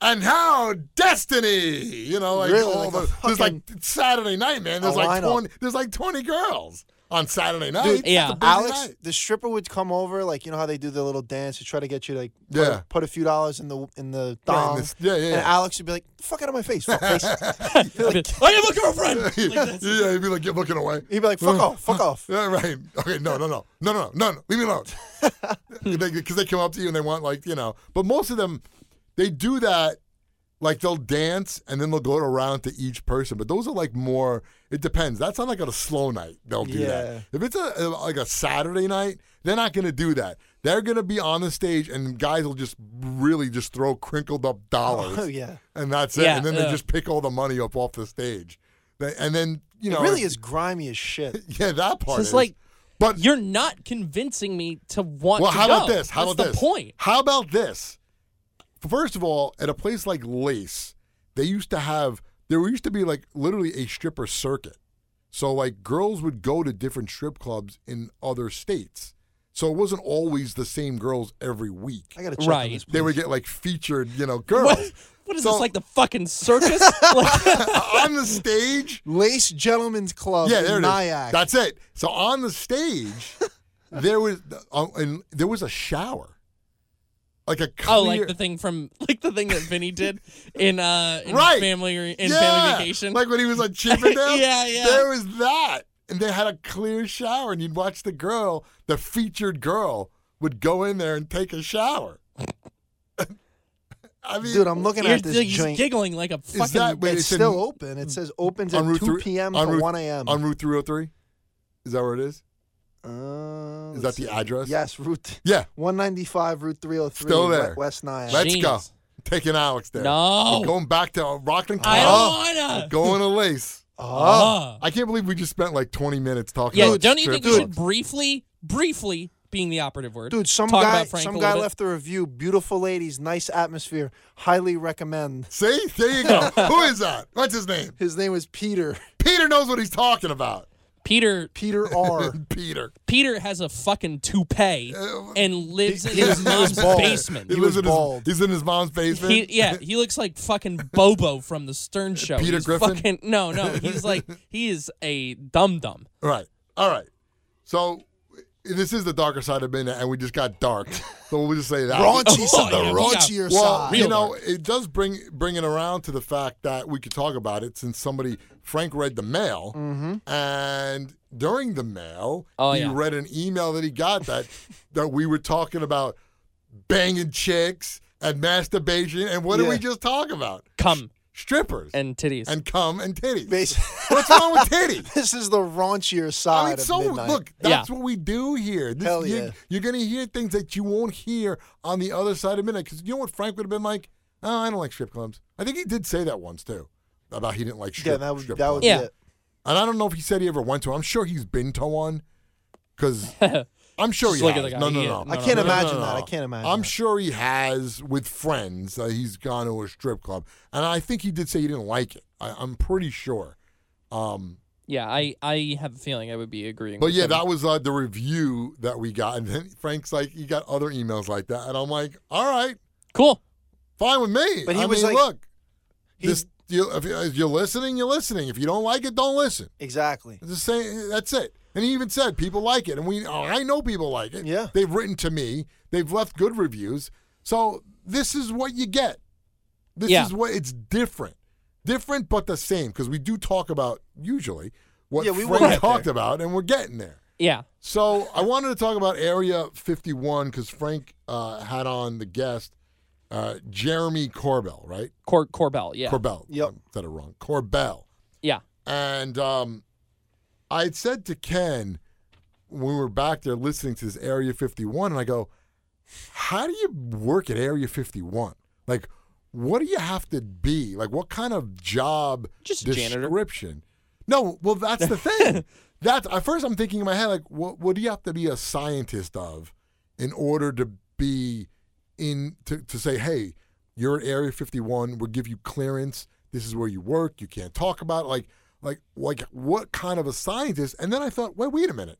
S1: and now Destiny. You know, like
S2: Really,
S1: all
S2: like a
S1: the there's like Saturday night, man. There's
S2: a
S1: like
S2: lineup.
S1: twenty. There's like twenty girls on Saturday night. It's
S3: yeah.
S1: a busy
S2: Alex,
S1: night.
S2: the stripper would come over, like you know how they do the little dance to try to get you to, like put,
S1: Yeah.
S2: a, put a few dollars in the in the
S1: Right,
S2: thong.
S1: and this- yeah, yeah,
S2: And
S1: yeah.
S2: Alex would be like, "Fuck out of my face!" fuck face."
S3: I am a girlfriend. Like,
S1: yeah, yeah, he'd be like, get looking away.
S2: He'd be like, "Fuck off, fuck off."
S1: Uh, Yeah, right. Okay, no, no, no, no, no, no, no, no. leave me alone. Because they come up to you and they want like you know, but most of them, they do that. Like they'll dance and then they'll go around to each person, but those are like more. It depends. That's not like on a slow night. They'll do
S2: Yeah.
S1: that. If it's a, a- like a Saturday night, they're not gonna do that. They're gonna be on the stage and guys will just really just throw crinkled up dollars.
S2: Oh yeah, uh.
S1: and that's it.
S3: Yeah,
S1: and then they
S3: yeah.
S1: just pick all the money up off the stage. They- And then you know,
S2: it really
S1: if-
S2: is grimy as shit.
S1: Yeah, that part.
S3: it's
S1: is.
S3: like,
S1: but
S3: You're not convincing me to want
S1: well,
S3: to
S1: how
S3: go.
S1: about this? How
S3: That's
S1: about
S3: the
S1: this?
S3: point?
S1: How about this? First of all, at a place like Lace, they used to have there used to be like literally a stripper circuit. So like girls would go to different strip clubs in other states. So it wasn't always the same girls every week.
S2: I gotta check on
S3: Right.
S2: this.
S1: They would get like featured, you know, girls
S3: What, what is
S1: So-
S3: this like the fucking circus? like,
S1: on the stage.
S2: Lace Gentlemen's Club
S1: yeah,
S2: in
S1: there it is.
S2: Nyack.
S1: That's it. So on the stage, there was uh, and there was a shower, like a clear,
S3: oh, like the thing from like the thing that Vinny did in uh in
S1: right
S3: family Re- in
S1: yeah.
S3: family vacation.
S1: like when he was on Chippendale.
S3: Yeah, yeah.
S1: There was that, and they had a clear shower, and you'd watch the girl, the featured girl, would go in there and take a shower. I mean,
S2: Dude, I'm looking
S3: You're
S2: at this
S3: like,
S2: joint.
S3: giggling like a fucking.
S1: that what- Wait,
S2: it's,
S1: it's in-
S2: still open. It says opens at
S1: on Route
S2: 2
S1: three-
S2: p.m.
S1: on
S2: to
S1: Route-
S2: 1 a.m.
S1: on Route 303. Is that where it is?
S2: Uh,
S1: Is
S2: let's
S1: that the
S2: see.
S1: address?
S2: Yes, Route
S1: Yeah,
S2: 195, Route 303,
S1: Still
S2: we-
S1: there.
S2: West Nyack.
S1: Let's go.
S3: Jeez.
S1: taking Alex there.
S3: No.
S1: We're going back to Rockland
S3: I
S1: Club.
S3: don't wanna.
S1: Going to Lace.
S3: Uh,
S1: I can't believe we just spent like 20 minutes talking
S3: yeah,
S1: about
S3: don't you
S1: strip
S3: think you should
S1: clubs.
S3: briefly, briefly being the operative word?
S2: Dude, some
S3: talk
S2: guy,
S3: about Frank
S2: some
S3: a
S2: guy
S3: little bit?
S2: left a review. Beautiful ladies, nice atmosphere. Highly recommend.
S1: See? There you go. Who is that? What's his name?
S2: His name was Peter.
S1: Peter knows what he's talking about.
S3: Peter.
S2: Peter R.
S1: Peter.
S3: Peter has a fucking toupee and lives
S2: Uh, he
S3: in
S2: was-
S3: his
S2: he
S3: mom's
S2: was bald.
S3: basement.
S1: He,
S2: He
S1: lives in
S2: was
S1: his-
S2: bald.
S1: he's in his mom's basement.
S3: He, yeah, he looks like fucking Bobo from the Stern Show.
S1: Peter
S3: he's
S1: Griffin?
S3: Fucking, no, no, he's like he is a dum dum.
S1: Right. All right. So this is the darker side of midnight, and we just got dark. So we'll just say that.
S2: Raunchy side.
S3: yeah,
S2: The
S3: we got-
S2: raunchier
S1: Oh, Well,
S2: side.
S1: you
S3: Real
S1: know, it does bring bring it around to the fact that we could talk about it since somebody Frank read the mail,
S2: Mm-hmm.
S1: and during the mail,
S3: Oh,
S1: he
S3: yeah.
S1: read an email that he got that that we were talking about banging chicks and masturbation, and what did
S2: Yeah.
S1: we just talk about?
S3: Come
S1: Strippers and,
S3: and titties.
S1: cum and titties.
S2: Basi-
S1: What's wrong with titties?
S2: this is the raunchier
S1: I
S2: side
S1: mean, so
S2: of midnight.
S1: look,
S3: Yeah.
S1: that's what we do here. This,
S2: Hell
S1: you-
S2: yeah.
S1: You're going to hear things that you won't hear on the other side of midnight. Because you know what Frank would have been like? Oh, I don't like strip clubs. I think he did say that once too about he didn't like strip,
S2: yeah, that would
S1: strip
S2: that would
S1: clubs.
S2: be
S3: Yeah.
S2: it.
S1: And I don't know if he said he ever went to. I'm sure he's been to one. Because I'm sure
S3: Just
S1: he
S3: look at
S1: has.
S3: the guy.
S1: No, no,
S3: He-
S1: no.
S3: no, I
S2: can't
S1: No, no, no,
S2: imagine
S1: no,
S2: that.
S1: no.
S2: I can't imagine
S1: I'm
S2: that.
S1: sure he has with friends. Uh, he's gone to a strip club, and I think he did say he didn't like it. I, I'm pretty sure. Um,
S3: Yeah, I I have a feeling I would be agreeing.
S1: But
S3: with
S1: yeah,
S3: him.
S1: that was uh, the review that we got, and then Frank's like, he got other emails like that, and I'm like, all right,
S3: cool.
S1: fine with me.
S2: But he
S1: I
S2: was
S1: mean,
S2: like-
S1: look,
S2: He-
S1: this, you, if, you- if you're listening, you're listening. If you don't like it, don't listen.
S2: Exactly.
S1: It's the same. That's it. And he even said people like it, and we, oh, I know people like it.
S2: Yeah.
S1: they've written to me, they've left good reviews. So this is what you get. This
S3: Yeah.
S1: is what it's different, different but the same because we do talk about usually what
S2: Yeah, we will
S1: Frank
S2: get
S1: talked
S2: there.
S1: about, and we're getting there.
S3: Yeah,
S1: So I wanted to talk about Area 51 because Frank uh, had on the guest uh, Jeremy Corbell, right?
S3: Cor- Corbell. Yeah,
S1: Corbell.
S2: Yep.
S1: I said it wrong. Corbell.
S3: yeah.
S1: And um, I had said to Ken when we were back there listening to this Area 51, and I go, how do you work at Area 51? Like, what do you have to be? Like, what kind of job
S3: Just a janitor.
S1: description? No, well, that's the thing. that's at first I'm thinking in my head, like, what what do you have to be a scientist of in order to be in to, to say, hey, you're at Area 51. We'll give you clearance. This is where you work. You can't talk about it. like like like what kind of a scientist? And then I thought, wait, wait a minute.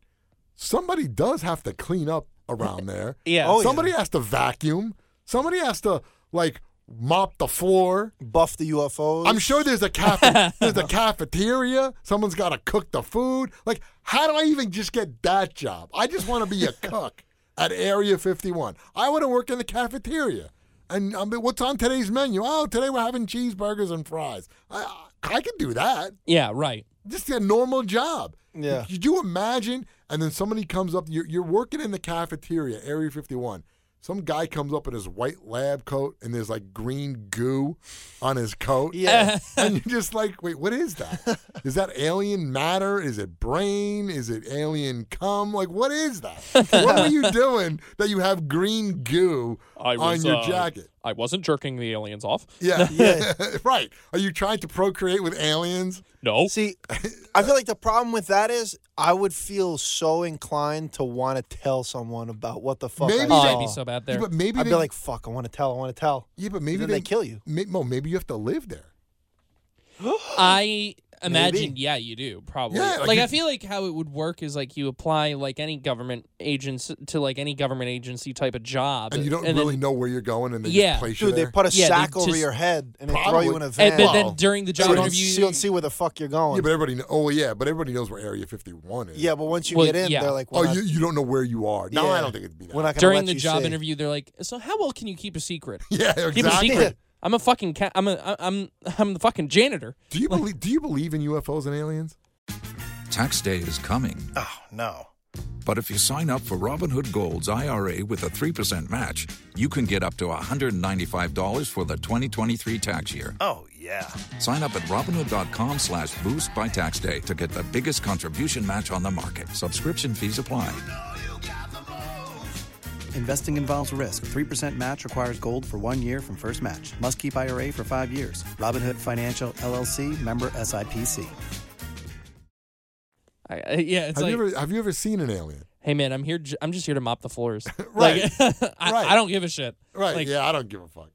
S1: Somebody does have to clean up around there.
S3: Yeah.
S2: Oh, yeah.
S1: Somebody has to vacuum. Somebody has to like mop the floor.
S2: Buff the UFOs.
S1: I'm sure there's a cafe- there's a cafeteria. Someone's got to cook the food. Like, how do I even just get that job? I just want to be a cook at Area 51. I want to work in the cafeteria. And I mean, what's on today's menu? Oh, today we're having cheeseburgers and fries. I I could do that.
S3: Yeah, right.
S1: Just a normal job.
S2: Yeah.
S1: Could you imagine? And then somebody comes up. You're, you're working in the cafeteria, Area 51. Some guy comes up in his white lab coat, and there's like green goo on his coat.
S2: Yeah.
S1: and you're just like, wait, what is that? Is that alien matter? Is it brain? Is it alien cum? Like, what is that? what were you doing that you have green goo on your jacket?
S3: I wasn't jerking the aliens off.
S1: Yeah,
S2: uh, Yeah.
S1: right. Are you trying to procreate with aliens?
S3: No.
S2: See, I feel like the problem with that is I would feel so inclined to want to tell someone about what the fuck.
S1: Maybe
S2: I
S3: oh,
S1: they-
S3: I'd
S2: saw.
S3: be so bad there.
S1: Yeah, but maybe
S2: I'd
S1: they
S2: be like, "Fuck, I want to tell. I want to tell."
S1: Yeah, but maybe
S2: then they kill you.
S1: May, well, maybe you have to live there.
S3: I imagine,
S2: Maybe.
S3: yeah, you do probably.
S1: Yeah, like
S3: like,
S1: you-
S3: I feel like how it would work is like you apply like any government agency to like any government agency type of job,
S1: And you don't really
S3: then,
S1: know where you're going, and they
S3: Yeah.
S1: just place you
S2: Dude, they
S1: there.
S2: put a
S3: Yeah, they
S2: sack over
S3: just-
S2: your head and they throw
S1: Probably.
S2: you in a van.
S3: and, but then
S1: Well,
S3: during the
S2: so
S3: job
S2: you don't,
S3: interview,
S2: see, you don't see where the fuck you're going.
S1: yeah, but everybody. Know, oh yeah, but everybody knows where Area 51 is.
S2: Yeah, but once you
S3: Well,
S2: get in,
S3: yeah.
S2: they're like,
S1: Oh,
S2: we're not-
S1: you, you don't know where you are. No,
S2: Yeah.
S1: I don't think it'd be that.
S2: we're not gonna
S3: during
S2: let
S3: the
S2: you
S3: job
S2: see.
S3: interview, they're like, "So how well can you keep a secret?
S1: yeah,
S3: Keep
S1: exactly.
S3: a secret. I'm a fucking cat. I'm a I'm I'm the fucking janitor.
S1: Do you believe? Do you believe in UFOs and aliens?
S6: Tax day is coming. Oh, no. But if you sign up for Robinhood Gold's IRA with a 3% match, you can get up to $195 for the 2023 tax year. Oh, yeah. Sign up at Robinhood.com slash boost by tax day to get the biggest contribution match on the market. Subscription fees apply.
S7: Investing involves risk. 3% match requires gold for one year from first match. Must keep IRA for five years. Robinhood Financial LLC member SIPC.
S3: I, I- yeah, it's
S1: Have,
S3: like,
S1: you ever, have you ever seen an alien?
S3: hey man, I'm here. j- I'm just here to mop the floors.
S1: Right.
S3: Like, I,
S1: Right.
S3: I don't give a shit.
S1: Right.
S3: Like,
S1: yeah, I don't give a fuck.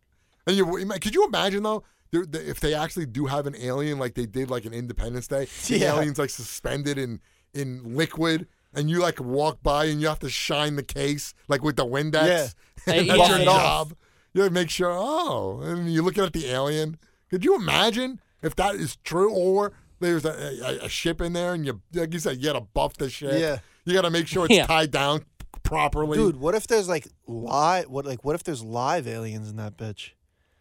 S1: And you ima- could you imagine though, there- the- if they actually do have an alien like they did like an Independence Day, the
S2: Yeah.
S1: aliens like suspended in in liquid, and you like walk by and you have to shine the case like with the Windex.
S2: Yeah.
S1: And
S3: Yeah.
S1: that's your
S3: Yeah.
S1: job. You make sure. Oh, and you're looking at the alien. Could you imagine if that is true? Or there's a, a, a ship in there, and you like you said, you gotta buff the ship.
S2: Yeah.
S1: You gotta make sure it's
S3: Yeah.
S1: tied down properly.
S2: Dude, what if there's like live? What like what if there's live aliens in that bitch?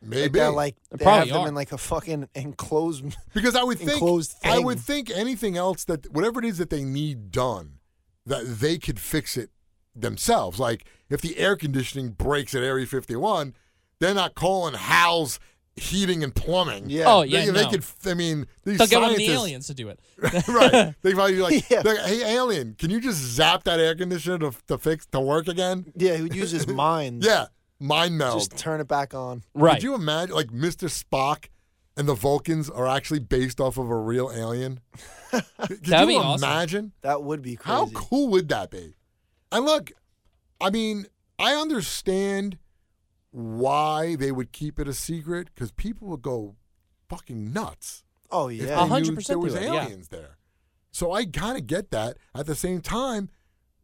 S2: Like,
S1: maybe
S2: they're, like
S3: There
S2: they have
S3: probably
S2: them
S3: are.
S2: in like a fucking enclosed.
S1: Because I would think
S2: enclosed
S1: I
S2: thing.
S1: would think anything else that whatever it is that they need done, that they could fix it themselves. Like if the air conditioning breaks at Area 51, they're not calling Hal's Heating and Plumbing.
S2: Yeah.
S3: Oh yeah,
S1: they,
S3: no.
S1: they could. I mean, these
S3: They'll get one of
S1: scientists,
S3: the aliens to do it.
S1: right? They probably be like,
S2: Yeah.
S1: they're like, "Hey, alien, can you just zap that air conditioner to, to fix to work again?"
S2: yeah, who'd use his mind?
S1: Yeah, mind meld.
S2: Mm. just turn it back on.
S3: Right.
S1: Could you imagine, like, Mr. Spock and the Vulcans are actually based off of a real alien? Could
S3: That'd
S1: you
S3: be awesome.
S1: imagine?
S2: That would be crazy.
S1: How cool would that be? And look, I mean, I understand why they would keep it a secret because people would go fucking nuts
S2: Oh
S1: if
S2: yeah,
S1: they knew
S3: 100%
S1: there was
S3: do it, yeah.
S1: aliens there. So I kind of get that. At the same time,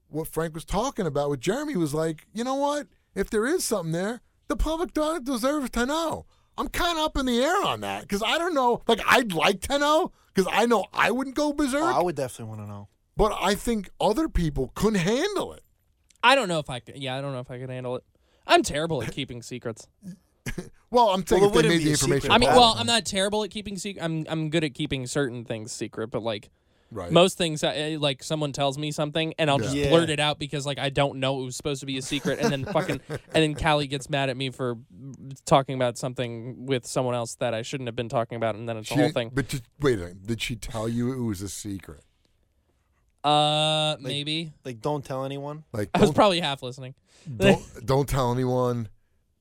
S1: what Frank was talking about with Jeremy was like, you know what? If there is something there, the public do- deserves to know. I'm kind of up in the air on that because I don't know. Like, I'd like to know because I know I wouldn't go berserk,
S2: Oh, I would definitely want to know.
S1: but I think other people couldn't handle it.
S3: I don't know if I could. Yeah, I don't know if I could handle it. I'm terrible at keeping secrets.
S1: Well, I'm saying
S2: it
S1: if they
S2: wouldn't
S1: made
S2: be
S1: the
S2: a secret.
S1: information.
S3: I mean,
S1: available.
S3: well, I'm not terrible at keeping secret. I'm I'm good at keeping certain things secret, but like
S1: right.
S3: most things, I, I- like someone tells me something and I'll just
S2: Yeah.
S3: blurt it out because like I don't know it was supposed to be a secret, and then fucking and then Callie gets mad at me for talking about something with someone else that I shouldn't have been talking about, and then it's
S1: She
S3: a whole
S1: didn't-
S3: thing.
S1: But just, wait a second. Did she tell you it was a secret?
S3: Uh, maybe
S2: Like, don't tell anyone.
S1: Like,
S3: I was
S1: don't-
S3: probably half listening.
S1: don't, don't tell anyone.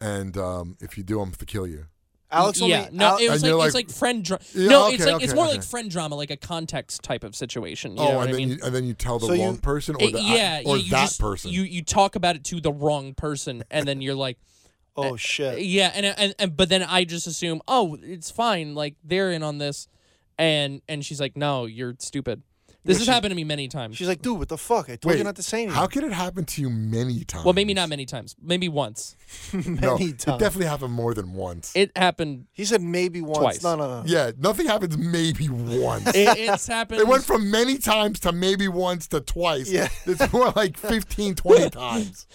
S1: And um, if you do, I'm to kill you.
S2: Alex, only,
S3: yeah, no,
S2: Al-
S3: it
S1: And
S3: was like,
S1: you're
S3: it's
S1: like-
S3: like friend drama.
S1: Yeah,
S3: no,
S1: okay,
S3: it's like
S1: okay,
S3: it's more
S1: okay.
S3: like friend drama, like a context type of situation. You
S1: oh,
S3: know what
S1: and
S3: I
S1: then
S3: mean?
S1: you, and then you tell the
S2: So you-
S1: wrong person or
S3: It-
S1: the
S3: yeah,
S1: or
S3: yeah, you
S1: that
S3: just-
S1: person.
S3: You you talk about it to the wrong person, and then you're like,
S2: oh shit.
S3: yeah, and, and and but then I just assume, oh, it's fine, like they're in on this, and and she's like, no, you're stupid. This has happened to me many times.
S2: She's like, dude, what the fuck? I told
S1: wait,
S2: you not to say anything.
S1: How could it happen to you many times?
S3: Well, maybe not many times, maybe once.
S1: No,
S2: many
S1: it
S2: times?
S1: definitely happened more than once.
S3: It happened.
S2: he said maybe once.
S3: Twice.
S2: No, no, no.
S1: yeah, nothing happens maybe once.
S3: It, it's happened.
S1: It went from many times to maybe once to twice.
S2: Yeah.
S1: It's more like 15, 20 times.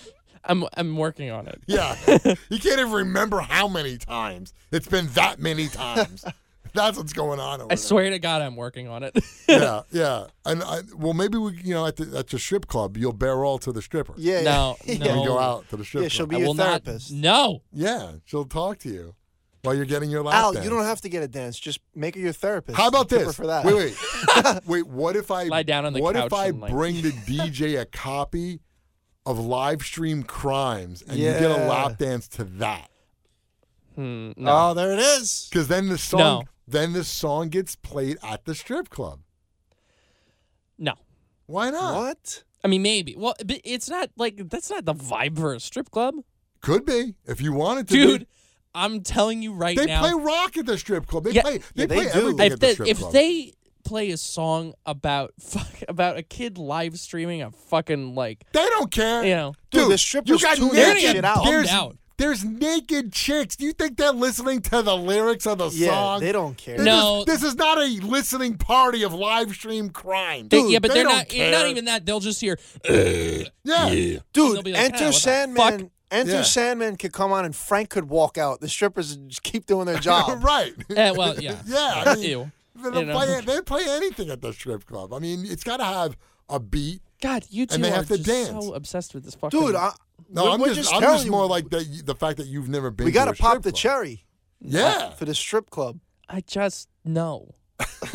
S3: I'm I'm working on it.
S1: Yeah. You can't even remember how many times. It's been that many times. That's what's going on over
S3: I
S1: there.
S3: swear to God, I'm working on it.
S1: Yeah, yeah. And I, well, maybe we, you know, at the, at the strip club, you'll bear all to the stripper.
S2: Yeah.
S3: No,
S2: yeah.
S3: no.
S1: When you go out to the strip
S2: Yeah,
S1: club.
S2: she'll be
S3: I
S2: your
S3: will
S2: therapist.
S3: not. No,
S1: yeah, she'll talk to you while you're getting your lap
S2: Al,
S1: dance.
S2: you don't have to get a dance. Just make her your therapist.
S1: How about
S2: Tip her
S1: this?
S2: For that.
S1: Wait, wait, wait. What if I
S3: Lie down on the
S1: What if
S3: couch
S1: I
S3: and, like-
S1: bring the DJ a copy of live stream crimes and you get a
S2: Yeah.
S1: lap dance to that?
S3: Hmm, no.
S2: Oh, there it is.
S1: Because then the song,
S3: No.
S1: then the song gets played at the strip club.
S3: no.
S1: Why not?
S2: What?
S3: I mean, maybe. Well, but it's not like that's not the vibe for a strip club,
S1: Could be if you wanted to,
S3: dude.
S1: be.
S3: I'm telling you right
S1: They
S3: now.
S1: play rock at the strip club. They
S3: Yeah.
S1: play. They,
S2: Yeah, they
S1: play
S2: do.
S1: everything
S3: if
S1: at the
S3: they,
S1: strip
S3: if
S1: club.
S3: they play a song about fuck, about a kid live streaming a fucking like
S1: They don't care.
S3: you know
S2: Dude,
S1: Dude,
S2: the strippers
S1: you got
S2: tune
S3: They're
S2: that
S3: gonna get
S2: shit out.
S3: bummed
S1: There's,
S3: out.
S1: there's naked chicks. Do you think they're listening to the lyrics of the
S2: Yeah,
S1: song?
S2: they don't care.
S1: This
S3: No.
S1: is- this is not a listening party of live stream crime.
S3: they-
S1: Dude,
S3: yeah, but
S1: they
S3: they're
S1: don't
S3: not
S1: care.
S3: not even that. They'll just hear
S1: Yeah.
S3: they'll
S2: Dude,
S3: be like, "Ah,
S2: Enter
S3: what the
S2: Sandman.
S3: fuck?"
S2: Enter
S1: Yeah.
S2: Sandman could come on and Frank could walk out. The strippers would just keep doing their job.
S1: right.
S3: eh, well, yeah,
S1: Yeah, I mean,
S3: Ew.
S1: They,
S3: You know?
S1: play, they play anything at the strip club. I mean, it's got to have a beat.
S3: God, you two
S1: And they
S3: are
S1: have to
S3: just
S1: dance.
S3: so obsessed with this fucking
S2: Dude, I,
S1: No,
S2: we're,
S1: I'm
S2: we're
S1: just, I'm
S2: telling
S1: just
S2: you,
S1: more like the, the fact that you've never been.
S2: we
S1: got
S2: gotta
S1: to a
S2: pop
S1: strip
S2: the
S1: club.
S2: cherry
S1: Yeah,
S2: for the strip club.
S3: I just no.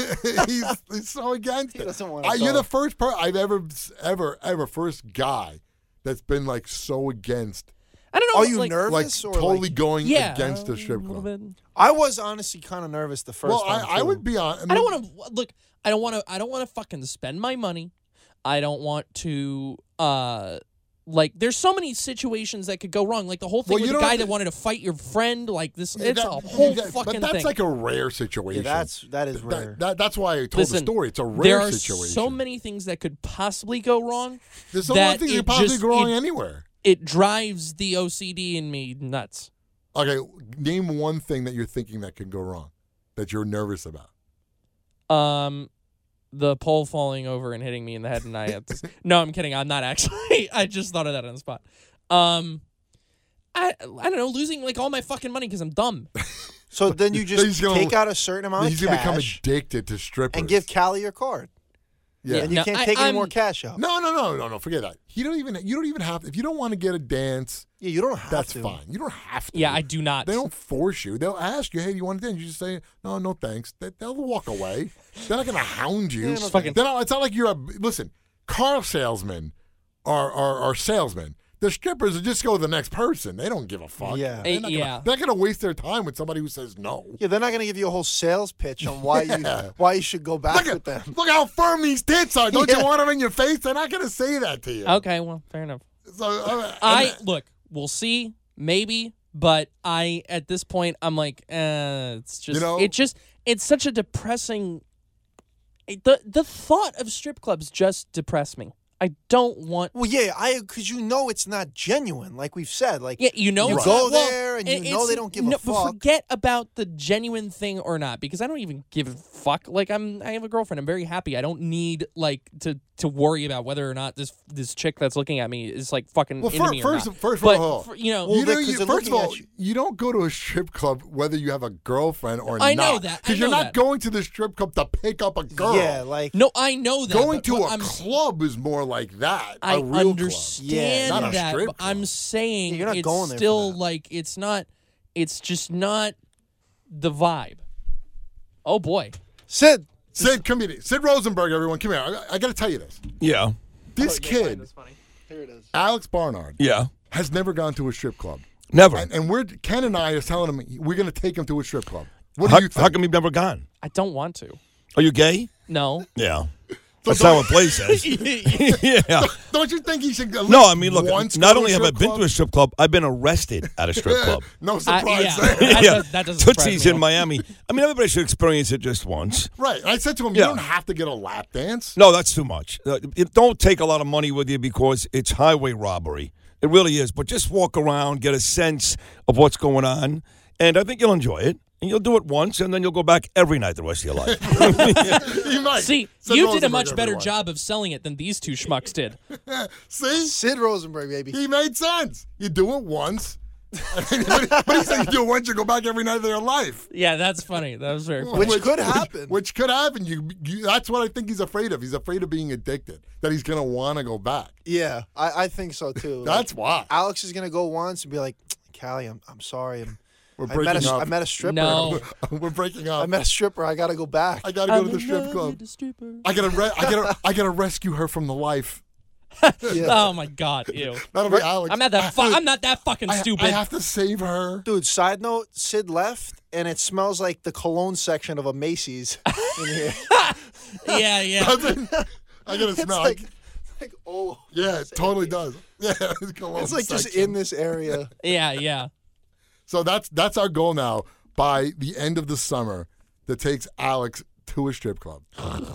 S1: he's, he's so against
S2: He
S1: it.
S2: doesn't wanna
S1: I- You're
S2: go.
S1: the first person I've ever, ever, ever first guy that's been like so against,
S3: I don't know.
S2: Are you
S3: like,
S2: nervous?
S1: like
S2: or,
S1: totally going
S3: Yeah,
S1: against the
S3: a
S1: strip
S3: little
S1: club.
S3: bit.
S2: I was honestly kind of nervous the first
S1: Well,
S2: time.
S1: I, I
S2: too.
S1: would be on.
S3: I don't want to look. I don't want to. I don't want to fucking spend my money. I don't want to. uh Like, there's so many situations that could go wrong. Like the whole thing
S1: Well, you
S3: with the
S1: don't
S3: guy
S1: have
S3: that
S1: to-
S3: wanted to fight your friend. Like this, it's a
S1: that-
S3: whole
S1: that-
S3: fucking
S1: But that's
S3: thing.
S1: like a rare
S2: Yeah,
S1: situation.
S2: that's that is
S1: Th-
S2: rare.
S1: that- that- that's why I told
S3: Listen,
S1: the story. It's a rare
S3: there are
S1: situation.
S3: so many things that could possibly go wrong.
S1: There's so many
S3: that
S1: things that
S3: it
S1: could possibly
S3: just-
S1: go wrong
S3: it-
S1: anywhere.
S3: It drives the OCD in me nuts.
S1: Okay, name one thing that you're thinking that could go wrong, that you're nervous about.
S3: Um, the pole falling over and hitting me in the head, and I had to- no, I'm kidding. I'm not actually. I just thought of that on the spot. Um, I I don't know, losing like all my fucking money because I'm dumb.
S2: so then you
S1: He's
S2: just
S1: gonna-
S2: take out a certain amount
S1: He's
S2: of
S1: gonna become
S2: cash
S1: addicted to strippers
S2: and give Callie your card,
S1: Yeah.
S2: and you
S3: No,
S2: can't
S3: I-
S2: take any
S3: I'm-
S2: more cash out.
S1: No, no, no, no, no. Forget that. You don't even. You don't even have. If you don't want to get a dance,
S2: Yeah, you don't have
S1: that's
S2: to.
S1: fine. You don't have to.
S3: Yeah, I do not.
S1: They don't force you. They'll ask you, "Hey, do you want to dance?" You just say, "No, no, thanks." They, they'll walk away. They're not gonna hound you.
S2: Yeah, no Just fucking-
S1: They're not- it's not like you're a listen. Car salesmen are are, are salesmen. The strippers will just go to the next person. They don't give a fuck.
S2: Yeah.
S1: they're not,
S3: Yeah.
S1: gonna, they're not gonna waste their time with somebody who says no.
S2: Yeah, they're not gonna give you a whole sales pitch on why
S1: Yeah.
S2: you why you should go back
S1: Look,
S2: with
S1: at,
S2: them.
S1: look how firm these tits are. Don't
S2: Yeah.
S1: you want them in your face? They're not gonna say that to you.
S3: Okay, well, fair enough.
S1: So uh,
S3: I look. We'll see. Maybe, but I at this point I'm like, uh, it's just
S1: know-
S3: it just it's such a depressing. it- the the thought of strip clubs just depress me. I don't want.
S2: Well, yeah, I because you know it's not genuine, like we've said. Like
S3: Yeah, you know
S2: you
S3: it's
S2: go
S3: not- well,
S2: there and
S3: it-
S2: you know
S3: it's-
S2: they don't give
S3: no,
S2: a
S3: But
S2: fuck.
S3: forget about the genuine thing or not, because I don't even give a fuck. Like I'm, I have a girlfriend. I'm very happy. I don't need like to to worry about whether or not this this chick that's looking at me is like fucking
S1: Well,
S3: into
S1: fir-
S3: me or
S1: first-
S3: not.
S1: first of
S3: But
S1: all-
S3: for- you know,
S2: Well,
S1: you know,
S2: because
S1: you,
S2: they're
S1: first of
S2: looking at
S1: all, you.
S2: you.
S1: don't go to a strip club whether you have a girlfriend or
S3: I
S1: not.
S3: know that. I
S1: because you're
S3: know
S1: not
S3: that.
S1: going to the strip club to pick up a girl.
S2: Yeah, like
S3: no, I know that
S1: going
S3: but
S1: to
S3: what
S1: a
S3: I'm-
S1: club is more like that.
S3: I
S1: a real
S3: understand
S2: Yeah,
S1: not a
S3: that,
S1: strip
S3: but
S1: club.
S3: I'm saying
S2: Yeah, you're not
S3: it's
S2: going there for
S3: still
S2: that.
S3: like it's not. It's just not the vibe. Oh boy.
S2: Sid.
S1: club. Sid, come here. Sid Rosenberg, everyone, come here. I, I got to tell you this.
S8: Yeah.
S1: This kid, Alex Barnard,
S8: Yeah.
S1: has never gone to a strip club,
S8: Never.
S1: and, and we're Ken and I are telling him we're going to take him to a strip club. What
S8: how,
S1: do you
S8: how
S1: think?
S8: come you've never gone?
S3: I don't want to.
S8: Are you gay?
S3: No.
S8: Yeah. That's not what Blaze says. yeah.
S1: Don't you think he should? at
S8: No,
S1: least
S8: I mean, look,
S1: once go
S8: not
S1: to
S8: only
S1: a
S8: have I
S1: strip
S8: been
S1: club?
S8: to a strip club, I've been arrested at a strip club.
S1: No
S3: I-
S1: surprise there.
S3: yeah. That does- that doesn't surprise
S8: Tootsie's
S3: me.
S8: in Miami. I mean, everybody should experience it just once.
S1: Right. I said to him,
S8: Yeah.
S1: you don't have to get a lap dance.
S8: No, that's too much. Uh, it- Don't take a lot of money with you because it's highway robbery. It really is. But just walk around, get a sense of what's going on, and I think you'll enjoy it. And you'll do it once, and then you'll go back every night the rest of your life.
S1: You might.
S3: See,
S1: Said
S3: you did a
S1: Rosenberg,
S3: much better
S1: everyone.
S3: job of selling it than these two schmucks did.
S1: See?
S2: Sid Rosenberg, baby.
S1: He made sense. You do it once. but he said you do it once, you go back every night of your life.
S3: Yeah, that's funny. That was very funny.
S2: Which could happen.
S1: Which could happen. You, you that's what I think he's afraid of. He's afraid of being addicted. That he's gonna wanna go back.
S2: Yeah, I, I think so too. Like,
S1: That's why.
S2: Alex is gonna go once and be like, Callie, I'm, I'm sorry. I'm,
S1: We're
S2: I, met
S1: breaking
S2: a,
S1: up.
S2: I met a stripper.
S3: No.
S1: We're breaking up.
S2: I met a stripper. I gotta go back.
S1: I gotta go to the strip club. I gotta re- I gotta I gotta rescue her from the life.
S3: Oh my god, ew.
S1: That'll be Alex.
S3: I'm not that fu- I'm not that fucking
S1: I,
S3: stupid.
S1: I have to save her.
S2: Dude, side note, Sid left and it smells like the cologne section of a Macy's in here.
S3: yeah, yeah.
S1: I gotta
S2: it's
S1: smell.
S2: like, like oh
S1: yeah, it totally does. Yeah, it's, cologne
S2: it's like just
S1: section.
S2: in this area.
S3: Yeah, yeah.
S1: So that's that's our goal now by the end of the summer that takes Alex to a strip club.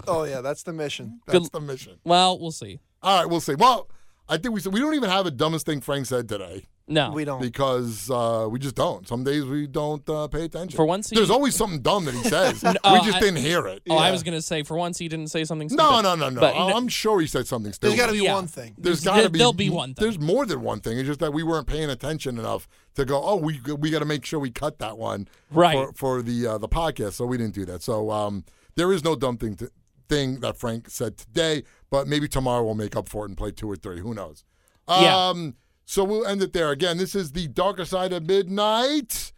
S2: Oh yeah, that's the mission.
S1: That's the mission.
S3: Well, we'll see.
S1: All right, we'll see. Well, I think we said we don't even have a dumbest thing Frank said today
S3: No.
S2: We don't
S1: because uh, we just don't. Some days we don't uh, pay attention.
S3: For once, he-
S1: there's always something dumb that he says.
S3: oh,
S1: we just
S3: I-
S1: didn't hear it.
S3: Oh, I was gonna say for once he didn't say something stupid.
S1: No, no, no, no.
S3: But,
S1: I'm sure he said something stupid.
S2: There's gotta be
S3: Yeah.
S2: one thing.
S1: There's
S3: There-
S1: got to be.
S3: there'll be one thing.
S1: There's more than one thing. It's just that we weren't paying attention enough to go. Oh, we we got to make sure we cut that one
S3: Right.
S1: for, for the uh, the podcast. So we didn't do that. So um, there is no dumb thing to, thing that Frank said today, but maybe tomorrow we'll make up for it and play two or three. Who knows?
S3: Yeah.
S1: Um, so we'll end it there. Again, this is the darker side of midnight.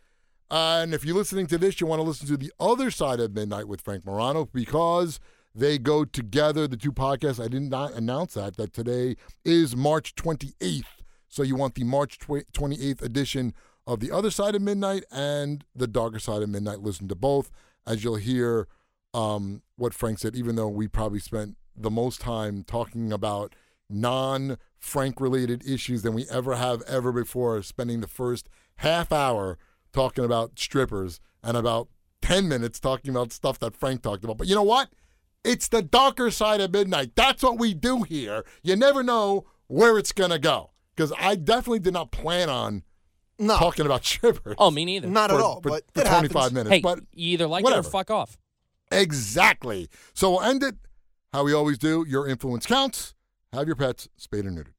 S1: Uh, and if you're listening to this, you want to listen to the other side of midnight with Frank Morano because They go together, the two podcasts. I did not announce that, that today is March 28th. So you want the March tw- 28th edition of The Other Side of Midnight and The Darker Side of Midnight. Listen to both. As you'll hear um, what Frank said, even though we probably spent the most time talking about non Frank related issues than we ever have ever before, spending the first half hour talking about strippers and about 10 minutes talking about stuff that Frank talked about. But you know what? It's the darker side of midnight. That's what we do here. You never know where it's going to go. Because I definitely did not plan on
S2: No,
S1: talking about strippers.
S3: Oh, me neither.
S2: not at
S1: for-
S2: all.
S1: for-
S2: but
S1: for
S2: it
S1: 25
S2: happens.
S1: minutes.
S3: hey,
S1: but
S3: you either like it
S1: whatever.
S3: or fuck off.
S1: Exactly. So we'll end it how we always do. Your influence counts. Have your pets spayed or neutered.